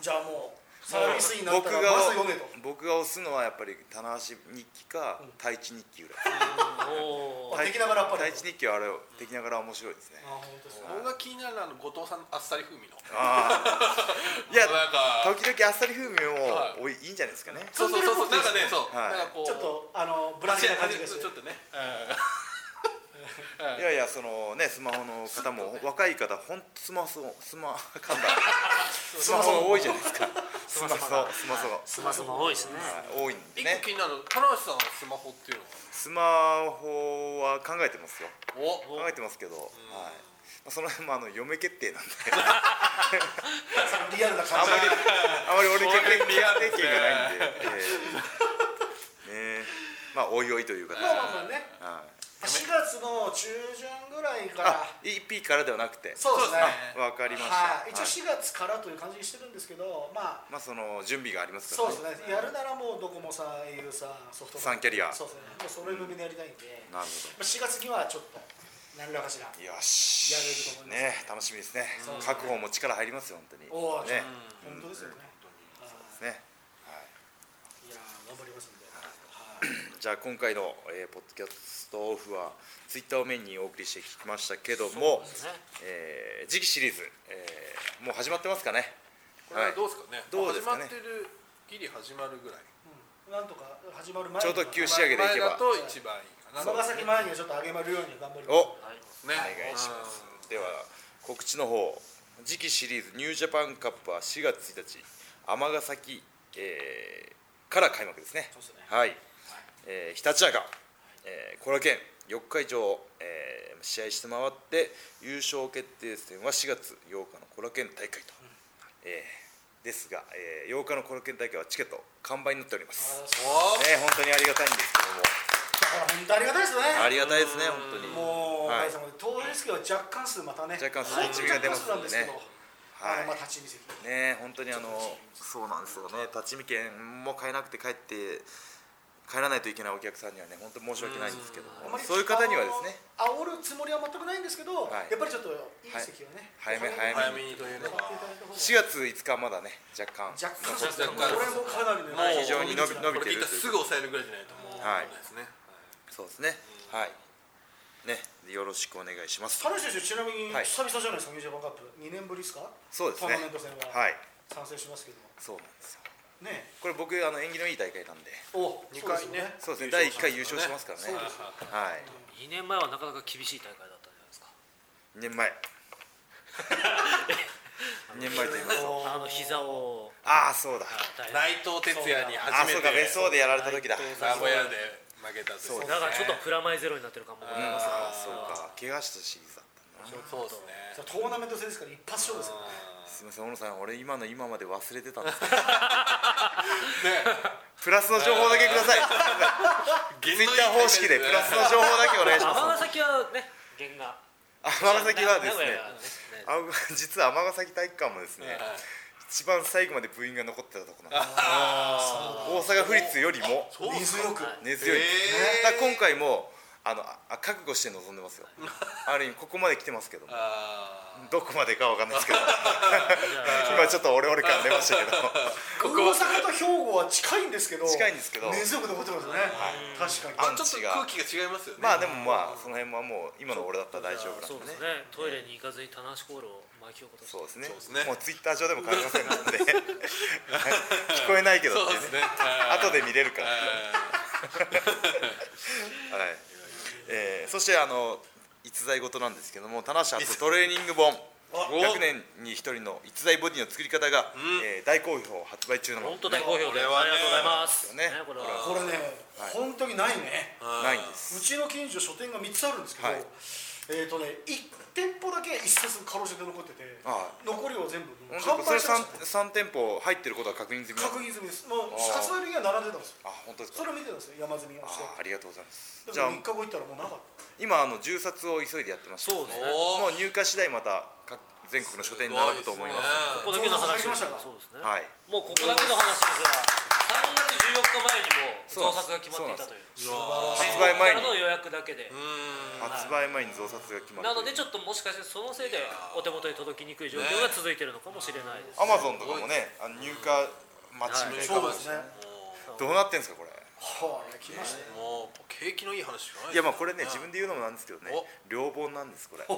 Speaker 2: じゃあもうサービスになっ
Speaker 1: 僕
Speaker 2: た
Speaker 1: が
Speaker 2: らまず読めと。
Speaker 1: 僕が押すのはやっぱり棚橋日記か太一日記ぐらい
Speaker 3: おー
Speaker 2: あできながらやっぱり
Speaker 1: 太一日記はあれをできながら面白いですね
Speaker 2: あ本当ですね
Speaker 4: 僕が気になるのはあの後藤さんのあっさり風味の
Speaker 1: ああいや
Speaker 4: なんか
Speaker 1: 時々あっさり風味
Speaker 4: は
Speaker 1: もおいいいんじゃないですかね
Speaker 4: そうそうそうそうなんかねそう
Speaker 1: はい
Speaker 4: なんかこう
Speaker 2: ちょっとあのブランチな感じがして
Speaker 4: ちょっとねうん
Speaker 1: いやいやそのねスマホの方も若い方ほんとスマホスマかんだスマホが多いじゃないですかスマホスマホが
Speaker 3: スマスマ多いですね
Speaker 1: はい多いんで
Speaker 4: 一
Speaker 1: ね
Speaker 4: 個気になるの棚橋さんのスマホっていうの
Speaker 1: スマホは考えてますよ
Speaker 4: はお
Speaker 1: 考えてますけどはいまあその辺もあの嫁決定なんで
Speaker 2: リアルな
Speaker 1: あ
Speaker 2: 感
Speaker 1: んま
Speaker 2: じが
Speaker 1: り、あまり俺結
Speaker 4: そ
Speaker 1: 婚
Speaker 4: れ
Speaker 1: リ
Speaker 4: リ
Speaker 1: ア
Speaker 4: ア
Speaker 1: ル
Speaker 4: ル
Speaker 1: 経
Speaker 4: ですね
Speaker 1: 験がないんで。えーねえまあおいおいという形で。
Speaker 2: まあ
Speaker 1: はい
Speaker 2: まあまあね4月の中旬ぐらいから
Speaker 1: あ、EP からではなくて。
Speaker 2: そうですね
Speaker 1: あわかりました。
Speaker 2: はい、一
Speaker 1: はい
Speaker 2: 応4月からという感じにしてるんですけどまあ
Speaker 1: まあその準備がありますか
Speaker 2: そう
Speaker 1: ら
Speaker 2: ですねやるならもうドコモさん au さんソフトバ
Speaker 1: サ
Speaker 2: ンク
Speaker 1: ンキャリア
Speaker 2: そうですねもうそれ組でやりたいんで、ま
Speaker 1: なる
Speaker 2: あ、4月にはちょっと何らかしら
Speaker 1: よし
Speaker 2: やれると思います
Speaker 1: ね楽しみですね
Speaker 2: そう
Speaker 1: 確保も力入りますよ本当に
Speaker 2: おお、
Speaker 1: ね
Speaker 2: うん本当ですよね、はい
Speaker 1: ね
Speaker 2: いやー頑張りますんで、
Speaker 1: じゃあ今回の、えーポッドキャストオフはツイッターをメインにお送りしてきましたけども、
Speaker 3: ね
Speaker 1: えー次期シリーズ、えーもう始まってますかね
Speaker 4: これはどうですかね,、
Speaker 1: どうですかね
Speaker 4: 始まってるギリ始まるぐらい
Speaker 2: うんなんとか始まる
Speaker 1: ちょ
Speaker 2: 前に
Speaker 1: うど休止仕上げていけば
Speaker 4: 前だと一番いいかな
Speaker 2: 長崎前にはちょっと上げまるように頑張ります
Speaker 1: お
Speaker 3: はい
Speaker 1: お願い
Speaker 4: ね
Speaker 1: しますでは告知の方次期シリーズニュージャパンカップは4月1日尼崎、えーから開幕ですね
Speaker 2: そうですね
Speaker 1: はい、えー、日立屋が、えー、コラケン4日以上、えー試合して回って優勝決定戦は4月8日のコラケン大会と、えーですが、えー8日のコラケン大会はチケット完売になっております、ね、
Speaker 4: おー
Speaker 1: 本当にありがたいんですけども
Speaker 2: 本当ありがたいですね
Speaker 1: ありがたいですね本当に
Speaker 2: もう、
Speaker 1: は
Speaker 2: はいい、当ですけど若干数またね
Speaker 1: 若干数
Speaker 2: 本当
Speaker 1: 一味が
Speaker 2: に
Speaker 1: 出ま
Speaker 2: 若干
Speaker 1: すも
Speaker 2: 数なんん
Speaker 1: ね
Speaker 2: ですけど、
Speaker 1: はい
Speaker 2: あのまあ立ち見席
Speaker 1: ね本当にあのそうなんですよね立ち見券も買えなくて帰って帰らないといけないお客さんにはね本当申し訳ないんですけど
Speaker 2: あ
Speaker 1: も
Speaker 2: まり
Speaker 1: そういう方にはですね
Speaker 2: あの煽るつもりは全くないんですけど、
Speaker 1: はい
Speaker 2: やっぱりちょっといい席をね、
Speaker 1: はい早め
Speaker 2: 買って
Speaker 4: 早めにという
Speaker 2: い
Speaker 4: の
Speaker 2: ただ
Speaker 4: が
Speaker 2: いた方が
Speaker 1: 4月5日はまだね若干
Speaker 2: 若
Speaker 1: 残
Speaker 2: 干
Speaker 1: って
Speaker 4: 若干
Speaker 2: これもかなりね
Speaker 4: も
Speaker 1: 非
Speaker 4: う
Speaker 1: 常に伸び伸びて
Speaker 4: これ
Speaker 1: る
Speaker 4: 聞いたらすぐ抑えるぐらいじゃないともう
Speaker 1: はい
Speaker 4: ですね、
Speaker 1: そうですねはいねよろしくお願いします
Speaker 2: 田中選手ちなみに
Speaker 1: はい
Speaker 2: 久々じゃないですか、ニュージャパンカップ2年ぶりですか
Speaker 1: そうですね
Speaker 2: トーナメント戦は、
Speaker 1: はい
Speaker 2: 参戦しますけども
Speaker 1: そうなんですよ
Speaker 2: ね
Speaker 1: これ僕あの縁起のいい大会なんで
Speaker 2: お
Speaker 4: 二回ね
Speaker 1: そうですね
Speaker 4: 優
Speaker 1: 第
Speaker 4: 勝
Speaker 1: 1回優勝しますからね
Speaker 2: そうですね
Speaker 1: はい
Speaker 3: 2年前はなかなか厳しい大会だったんじゃないですか
Speaker 1: 2年前2年前 と言いますと
Speaker 3: あの膝を
Speaker 1: ああそうだ
Speaker 3: 大
Speaker 4: 内藤哲也に
Speaker 1: あ
Speaker 4: 初め
Speaker 1: そう
Speaker 4: て
Speaker 1: か別荘でやられた時だ
Speaker 4: 名古屋で負けたという
Speaker 1: そう
Speaker 3: だからちょっとプラマイゼロになってるか
Speaker 1: う
Speaker 3: も
Speaker 1: ん
Speaker 4: あ
Speaker 1: あそうか怪我したシリーズだったな
Speaker 4: そうですね
Speaker 2: そうトーナメント戦ですから一発勝負ですからね
Speaker 1: すみません小野さん俺今の今まで忘れてたんですけど
Speaker 4: ね
Speaker 1: プラスの情報だけくださ いツイッター方式でプラスの情報だけお願いしま
Speaker 3: 尼崎はね原が
Speaker 1: す尼崎はですね
Speaker 3: ね
Speaker 1: あ 実は尼崎体育館もですね一番最後まで部員が残ってたとこなんです大阪府立よりも
Speaker 2: 水よく
Speaker 1: 根強い、
Speaker 4: へー
Speaker 1: だから今回もあのああ覚悟して臨んで ますよある意味ここまで来てますけども
Speaker 4: あ
Speaker 1: どこまでかわかんないですけど 今ちょっとオレオレ感出ましたけど
Speaker 2: 大阪と兵庫は近いんですけど
Speaker 1: 近いんですけど
Speaker 2: 根強く残ってますよね、確
Speaker 4: ー
Speaker 1: あ
Speaker 2: かに
Speaker 4: まあちょっと空気が違いますよね
Speaker 1: まあでもまあその辺はもう今の俺だったら大丈夫
Speaker 3: そう
Speaker 1: なん
Speaker 3: で
Speaker 1: ですね
Speaker 3: ねトイレに行かずに棚橋コールを巻き起こす
Speaker 1: そうですね
Speaker 4: そうですね
Speaker 1: もうツイッター上でも変わりませんので聞こえないけどっ
Speaker 4: そう
Speaker 1: て
Speaker 4: で
Speaker 1: いうね
Speaker 4: すね
Speaker 1: 後で見れるから、はい
Speaker 4: あ
Speaker 1: えーそしてあの逸材ごとなんですけども田無初トレーニング本100年に一人の逸材ボディの作り方が、えー大好評発売中なの
Speaker 3: 本当大好評であ
Speaker 4: こ
Speaker 3: り
Speaker 4: れ
Speaker 3: が
Speaker 4: はね
Speaker 3: とうございます
Speaker 1: ね
Speaker 3: これは
Speaker 2: これね、本当にないね
Speaker 4: ー
Speaker 1: ないんです
Speaker 2: うちの近所書店が3つあるんですけど、
Speaker 1: はい
Speaker 2: えっ、とね1店舗だけ1冊かろうじて残ってて
Speaker 1: あ
Speaker 2: 残りは全部もう
Speaker 1: 本当それ
Speaker 2: してました
Speaker 1: 3, 三店舗入ってることは確認済みなんです
Speaker 2: 確認済みですも
Speaker 1: あー
Speaker 2: う発売日には並んでたんですよ
Speaker 1: あ本当ですか
Speaker 2: それを見てたんですよ山積みをして
Speaker 1: あありがとうございます
Speaker 2: で
Speaker 1: じゃあ
Speaker 2: も3日後行ったらもうなかった
Speaker 1: 今あの10冊を急いでやってました
Speaker 3: そうですね
Speaker 4: お
Speaker 1: もう
Speaker 4: ー
Speaker 1: 入荷次第また各全国の書店に並ぶと思います
Speaker 3: ここだけの話
Speaker 2: そうそう
Speaker 3: そうですね
Speaker 1: はい
Speaker 3: もうここだけの話ですが3月14日前にも
Speaker 1: そう
Speaker 3: 造作が決まっていたという
Speaker 4: すごいですねうわー
Speaker 1: 発売前に
Speaker 3: ここからの予約だけで
Speaker 4: うーん
Speaker 1: 発売前に増刷が決ま
Speaker 3: な
Speaker 1: る
Speaker 3: のでちょっともしかしてそのせいでお手元に届きにくい状況が続いてるのかもしれないです
Speaker 1: アマゾンとかもねあの入荷待ちみたいな、
Speaker 2: そうですね
Speaker 1: どうなってんですかこれい
Speaker 2: はあ来ましたね
Speaker 4: もう景気のいい話しかない
Speaker 1: やまあこれね自分で言うのもなんですけどね
Speaker 4: お
Speaker 1: 良本なんですこれ
Speaker 3: お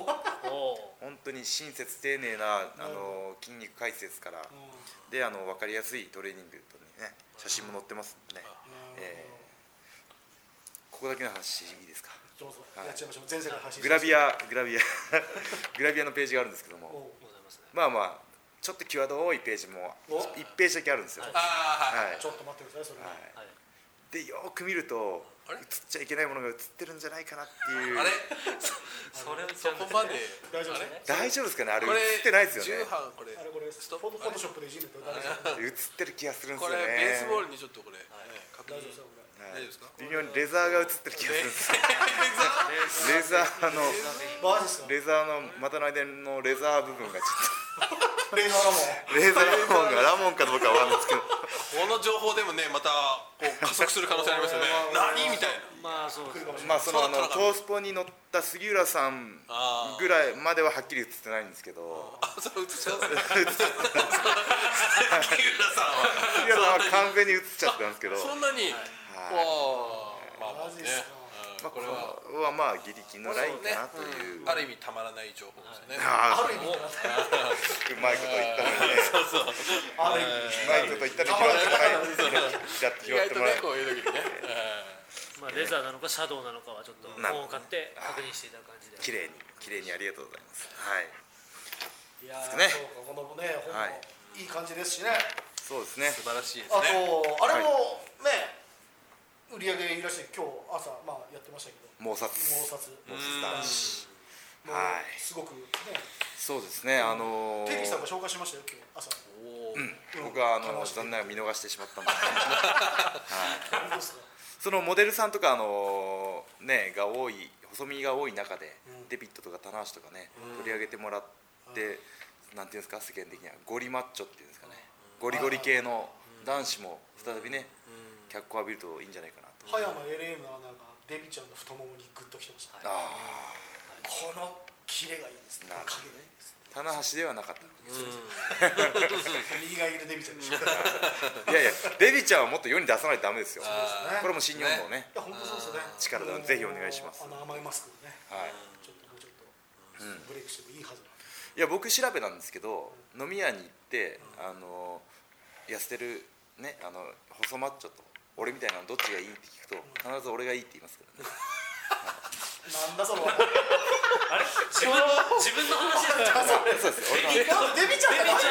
Speaker 1: 本当に親切丁寧なあの筋肉解説からであの分かりやすいトレーニングとね写真も載ってますんでね、えーここだけの話いいですか
Speaker 2: どうぞ
Speaker 1: はい
Speaker 2: やっちゃいましょう全世界発信
Speaker 1: グラ
Speaker 2: ア
Speaker 1: ビアグラビア グラビアのページがあるんですけども
Speaker 3: ございますね
Speaker 1: まあまあちょっと際どいページも
Speaker 2: お
Speaker 1: 1ページだけあるんですよ、
Speaker 3: はい
Speaker 4: あーはい
Speaker 1: はい
Speaker 2: ちょっと待ってくださいそ
Speaker 1: は
Speaker 2: れ、
Speaker 1: い
Speaker 3: はい
Speaker 1: でよーく見ると
Speaker 4: あれ
Speaker 1: 映っちゃいけないものが映ってるんじゃないかなっていう
Speaker 4: あれ
Speaker 3: それを言っち
Speaker 4: そ
Speaker 3: ゃうんで
Speaker 4: こ
Speaker 3: すね
Speaker 4: まで
Speaker 2: 大丈夫です
Speaker 4: あれ
Speaker 2: ね
Speaker 1: 大丈夫ですかねあれ
Speaker 4: これ
Speaker 1: 映ってないですよね
Speaker 4: 重版これ
Speaker 2: あれこれです
Speaker 4: ス
Speaker 2: フ
Speaker 4: ト
Speaker 2: ォ
Speaker 4: ップ
Speaker 2: トフォトショップでいじると大丈夫です
Speaker 1: 映ってる気がするんで
Speaker 4: こ
Speaker 1: す
Speaker 4: れ
Speaker 1: よね
Speaker 4: ベースボールにちょっとこれね確
Speaker 2: 大丈夫
Speaker 4: 認
Speaker 2: ですよこれ
Speaker 1: はい
Speaker 4: 大丈夫ですか
Speaker 1: 微妙にレザーが映ってる気がするんですよレザーの
Speaker 2: マジですか
Speaker 1: レザーの股の間のレザー部分がちょっ
Speaker 2: レイドラモ
Speaker 1: レーザーラモンがラモンかどうかは分かんないですけど
Speaker 4: この情報でもねまたこう加速する可能性ありま すよね何みたいな
Speaker 3: まあそうですね
Speaker 2: ン
Speaker 1: まあそのあの
Speaker 4: そうだったのか
Speaker 1: トースポに乗った杉浦さん
Speaker 4: あー
Speaker 1: ぐらいまでははっきり映ってないんですけど
Speaker 4: あ そう映っちゃう杉浦さ
Speaker 1: 杉浦
Speaker 4: ん
Speaker 1: さんは
Speaker 4: は
Speaker 1: 完全に映っちゃってたんですけど
Speaker 4: そんなにわあまあまあ
Speaker 2: マジっ
Speaker 4: ね
Speaker 2: すか
Speaker 4: うん
Speaker 1: まあ
Speaker 4: こ
Speaker 1: こ
Speaker 4: れ
Speaker 1: れ
Speaker 4: は
Speaker 1: はまあギリギリのラインかなという
Speaker 4: ある意味たまらない情報ですね
Speaker 1: あ
Speaker 2: ある意味
Speaker 3: もう
Speaker 1: ーうまいこと言ったのにね
Speaker 2: ある意
Speaker 1: うまいこと言ったのに拾ってもらえ拾って
Speaker 4: 意
Speaker 1: 拾っ
Speaker 4: 外
Speaker 1: て
Speaker 4: と
Speaker 1: もら
Speaker 4: ね
Speaker 1: え
Speaker 4: こういう時にね
Speaker 3: まあレザーなのかシャドウなのかはちょっと
Speaker 1: な
Speaker 3: 本を買って確認していただく感じで
Speaker 1: 綺麗に綺麗にありがとうございますはい
Speaker 2: 味いやー
Speaker 1: ね
Speaker 2: そうかこのね本
Speaker 1: は
Speaker 2: もいい感じですしね
Speaker 1: そうです
Speaker 4: うん
Speaker 1: ね
Speaker 4: 素晴らしいで
Speaker 2: あと
Speaker 4: すね
Speaker 2: あれもね売り上げいいらしい今日朝まあやってましたけど
Speaker 1: 猛殺
Speaker 2: 猛殺
Speaker 1: 猛殺男子
Speaker 2: もう
Speaker 1: はい
Speaker 2: すごくね
Speaker 1: そうですねあのー
Speaker 2: テリーさんが紹介しましたよ今日 朝
Speaker 4: おー
Speaker 1: 僕はあの
Speaker 2: 楽しい
Speaker 1: 残念ながら見逃してしまったんですけど
Speaker 2: 本当ですか
Speaker 1: そのモデルさんとかあのねが多い細身が多い中で、デビットとか棚橋とかね取り上げてもらって、なんていうんですか世間的にはゴリマッチョっていうんですかね、ゴリゴリ系の男子も再びね、脚光浴びるといいんじゃないかなと、
Speaker 2: 葉山 LM の穴がデビちゃんの太ももにグッときてました、
Speaker 1: あ
Speaker 2: このキレがいいですね
Speaker 1: なるほど
Speaker 2: 影がいいで
Speaker 1: あ
Speaker 2: す
Speaker 1: 棚橋ではなかった
Speaker 2: 右がいるデビちゃんで したい
Speaker 1: いやいやデビちゃんはもっと世に出さないとダメですよ
Speaker 2: ですね
Speaker 1: これも新日本のね
Speaker 2: や本当そうですよね
Speaker 1: 力でぜひお願いします
Speaker 2: あの甘いマスクをね、
Speaker 1: はい
Speaker 2: ちょっともうちょっとブレイクしてもいいはずなん
Speaker 1: いや僕調べなんですけど飲み屋に行ってあの痩せてるねあの細マッチョと俺みたいなのどっちがいいって聞くと必ず俺がいいって言います からね
Speaker 2: でなんだその
Speaker 3: あれ自分の自分の話だった
Speaker 1: そうです俺の
Speaker 2: デビちゃんが
Speaker 4: 今流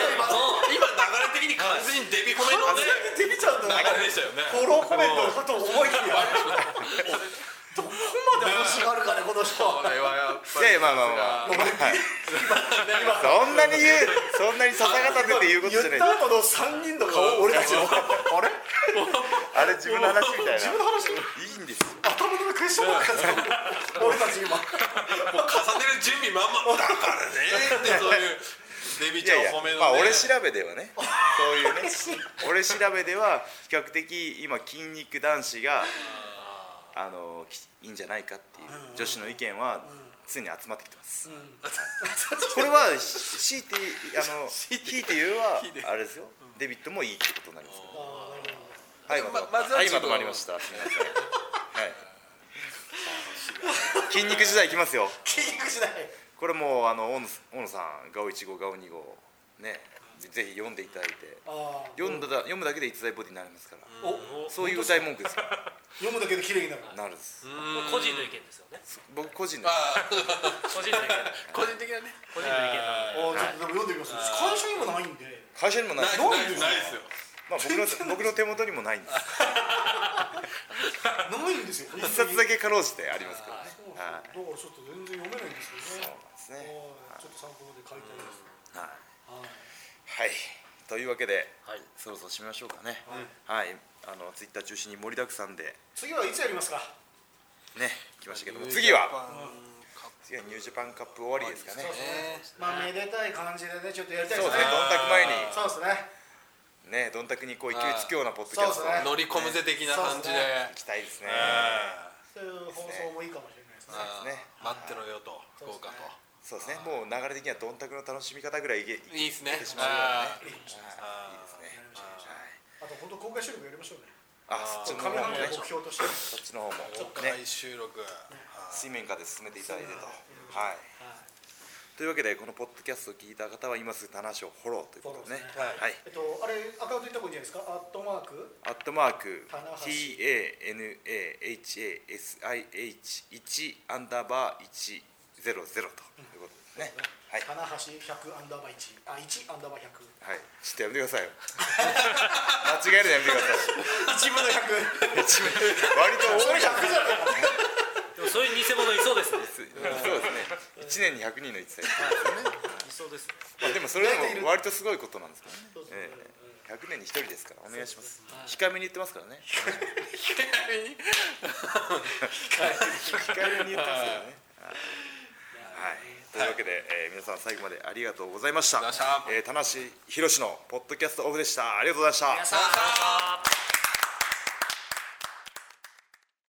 Speaker 4: れ的に完全にデビコメのね
Speaker 2: デビちゃんの
Speaker 4: 流れでしたよね
Speaker 2: フォローコメントか と思いきやどこまで話があるかねこの人
Speaker 4: これはやっぱ
Speaker 1: いやいやまあまあ まあ、はい、そんなに言うそんなにささが立てて言うことじゃ
Speaker 2: 言っ
Speaker 1: ない
Speaker 2: た後の3人の顔俺たちのあれ
Speaker 1: あれ自分の話みたいない
Speaker 2: 自分の話
Speaker 1: いんですよ
Speaker 2: 頭の中クエスチョンマークがついてる俺たち今
Speaker 4: もう重ねる準備まんまだからね ってそういうデビ
Speaker 1: い
Speaker 4: ちゃ
Speaker 1: やいや
Speaker 4: んを褒めのね
Speaker 1: まあ俺調べではねそういう ね俺調べでは比較的今筋肉男子があのきいいんじゃないかっていう女子の意見は常に集まってきてます これはし強いてあの引いて言うはあれですよデビットもいいってことになりますけどはいまとま
Speaker 4: ままずは
Speaker 1: はいまとまりましたすみま せんはい筋肉時代いきますよ
Speaker 2: 筋肉時代
Speaker 1: これもうあの大野さん大野さん「ガオ1号ガオ2号」ねぜひ読んでいただいて
Speaker 2: ああ
Speaker 1: 読んだだ読むだけで逸材ボディになりますから
Speaker 2: お
Speaker 1: そういう歌い文句ですよ
Speaker 2: 読むだけで綺麗になる
Speaker 1: なるんです
Speaker 3: 個人の意見ですよね
Speaker 1: 僕個人で
Speaker 4: あー
Speaker 3: 個人の意見
Speaker 4: 個人的なね
Speaker 3: 個人の意見なので
Speaker 2: おちょっとでも読んでみます会社にもないんで
Speaker 1: 会社にもない
Speaker 4: ない
Speaker 1: ま
Speaker 4: ないないですよ
Speaker 1: あ僕の僕の手元にもないんです
Speaker 2: ないんですよ
Speaker 1: 一冊だけ
Speaker 2: け
Speaker 1: かろうじてありますけどね
Speaker 2: そうそうだ
Speaker 1: は
Speaker 2: からちょっと全然読めないんですけどね
Speaker 1: いですね
Speaker 2: おーちょっと参考で買いたいです
Speaker 1: はい
Speaker 2: はい
Speaker 1: はいというわけで
Speaker 3: はい
Speaker 1: そろそろ締めましょうかねはいあのツイッター中心に盛りだくさんで
Speaker 2: 次はいつやりますか
Speaker 1: ね来ましたけども次は
Speaker 4: うん
Speaker 1: 次はニュージャパンカップ終わりですかね
Speaker 2: そうですねまあめでたい感じでねちょっとやりたい
Speaker 1: そう
Speaker 2: で
Speaker 1: ですす
Speaker 2: ね
Speaker 1: ねどんたく前に
Speaker 2: そうですね
Speaker 1: ねどんたくにこう勢いつくようなポッドキャスト
Speaker 2: そうですね
Speaker 4: 乗り込むぜ的な感じ
Speaker 2: そ
Speaker 4: で
Speaker 2: うです
Speaker 1: 行きたいですね
Speaker 2: そういう放送もいいかもしれないですね
Speaker 4: あー
Speaker 1: ね
Speaker 4: 待ってろよと
Speaker 2: そうで
Speaker 4: 豪
Speaker 2: すね
Speaker 4: 華と
Speaker 1: そうですねもう流れ的にはどんたくの楽しみ方ぐらいいけいい
Speaker 4: いいですね
Speaker 1: しまうような
Speaker 4: あ
Speaker 1: ね
Speaker 2: いいかもしれないです
Speaker 1: はいいいですね
Speaker 2: あと本当公開収録やりましょうね
Speaker 1: はいあそっちの
Speaker 2: 上
Speaker 1: 方
Speaker 2: 半
Speaker 1: も
Speaker 2: 期
Speaker 1: ね
Speaker 2: の目標として
Speaker 1: そっちの方も
Speaker 4: ー公
Speaker 1: ね
Speaker 4: 開収録
Speaker 1: 水面下で進めていただいてとはいというわけでこのポッドキャストを聞いた方は今すぐ棚橋をフォローということでね
Speaker 2: フ
Speaker 4: ォローですね
Speaker 1: はい
Speaker 2: えっとあれアカウント言った方がいいんじゃないですかアットマーク
Speaker 1: アットマーク
Speaker 2: 棚橋
Speaker 1: TANAHASIH1 アンダーバー100ということですねはい
Speaker 2: 棚橋100アンダーバー1あ1アンダーバー100
Speaker 1: はいちょっとやめてくださいよ 間違えるのやめてください
Speaker 2: 1分の100
Speaker 1: 割と多い
Speaker 2: 100じゃないか
Speaker 3: でもそういう偽物いそうですね
Speaker 1: そうですね1年に100人の逸材
Speaker 3: いそうですね
Speaker 1: まあでもそれでも割とすごいことなんですけどね
Speaker 2: そうそう
Speaker 1: ええ100年に1人ですからお願いします控えめに言ってますからね控えめに言ってますからねはい、というわけで、えー皆さん最後までありがとうございました
Speaker 4: ありがとうございまし。
Speaker 1: えー、田無博のポッドキャストオフでした。ありがとうございました。
Speaker 3: 皆さん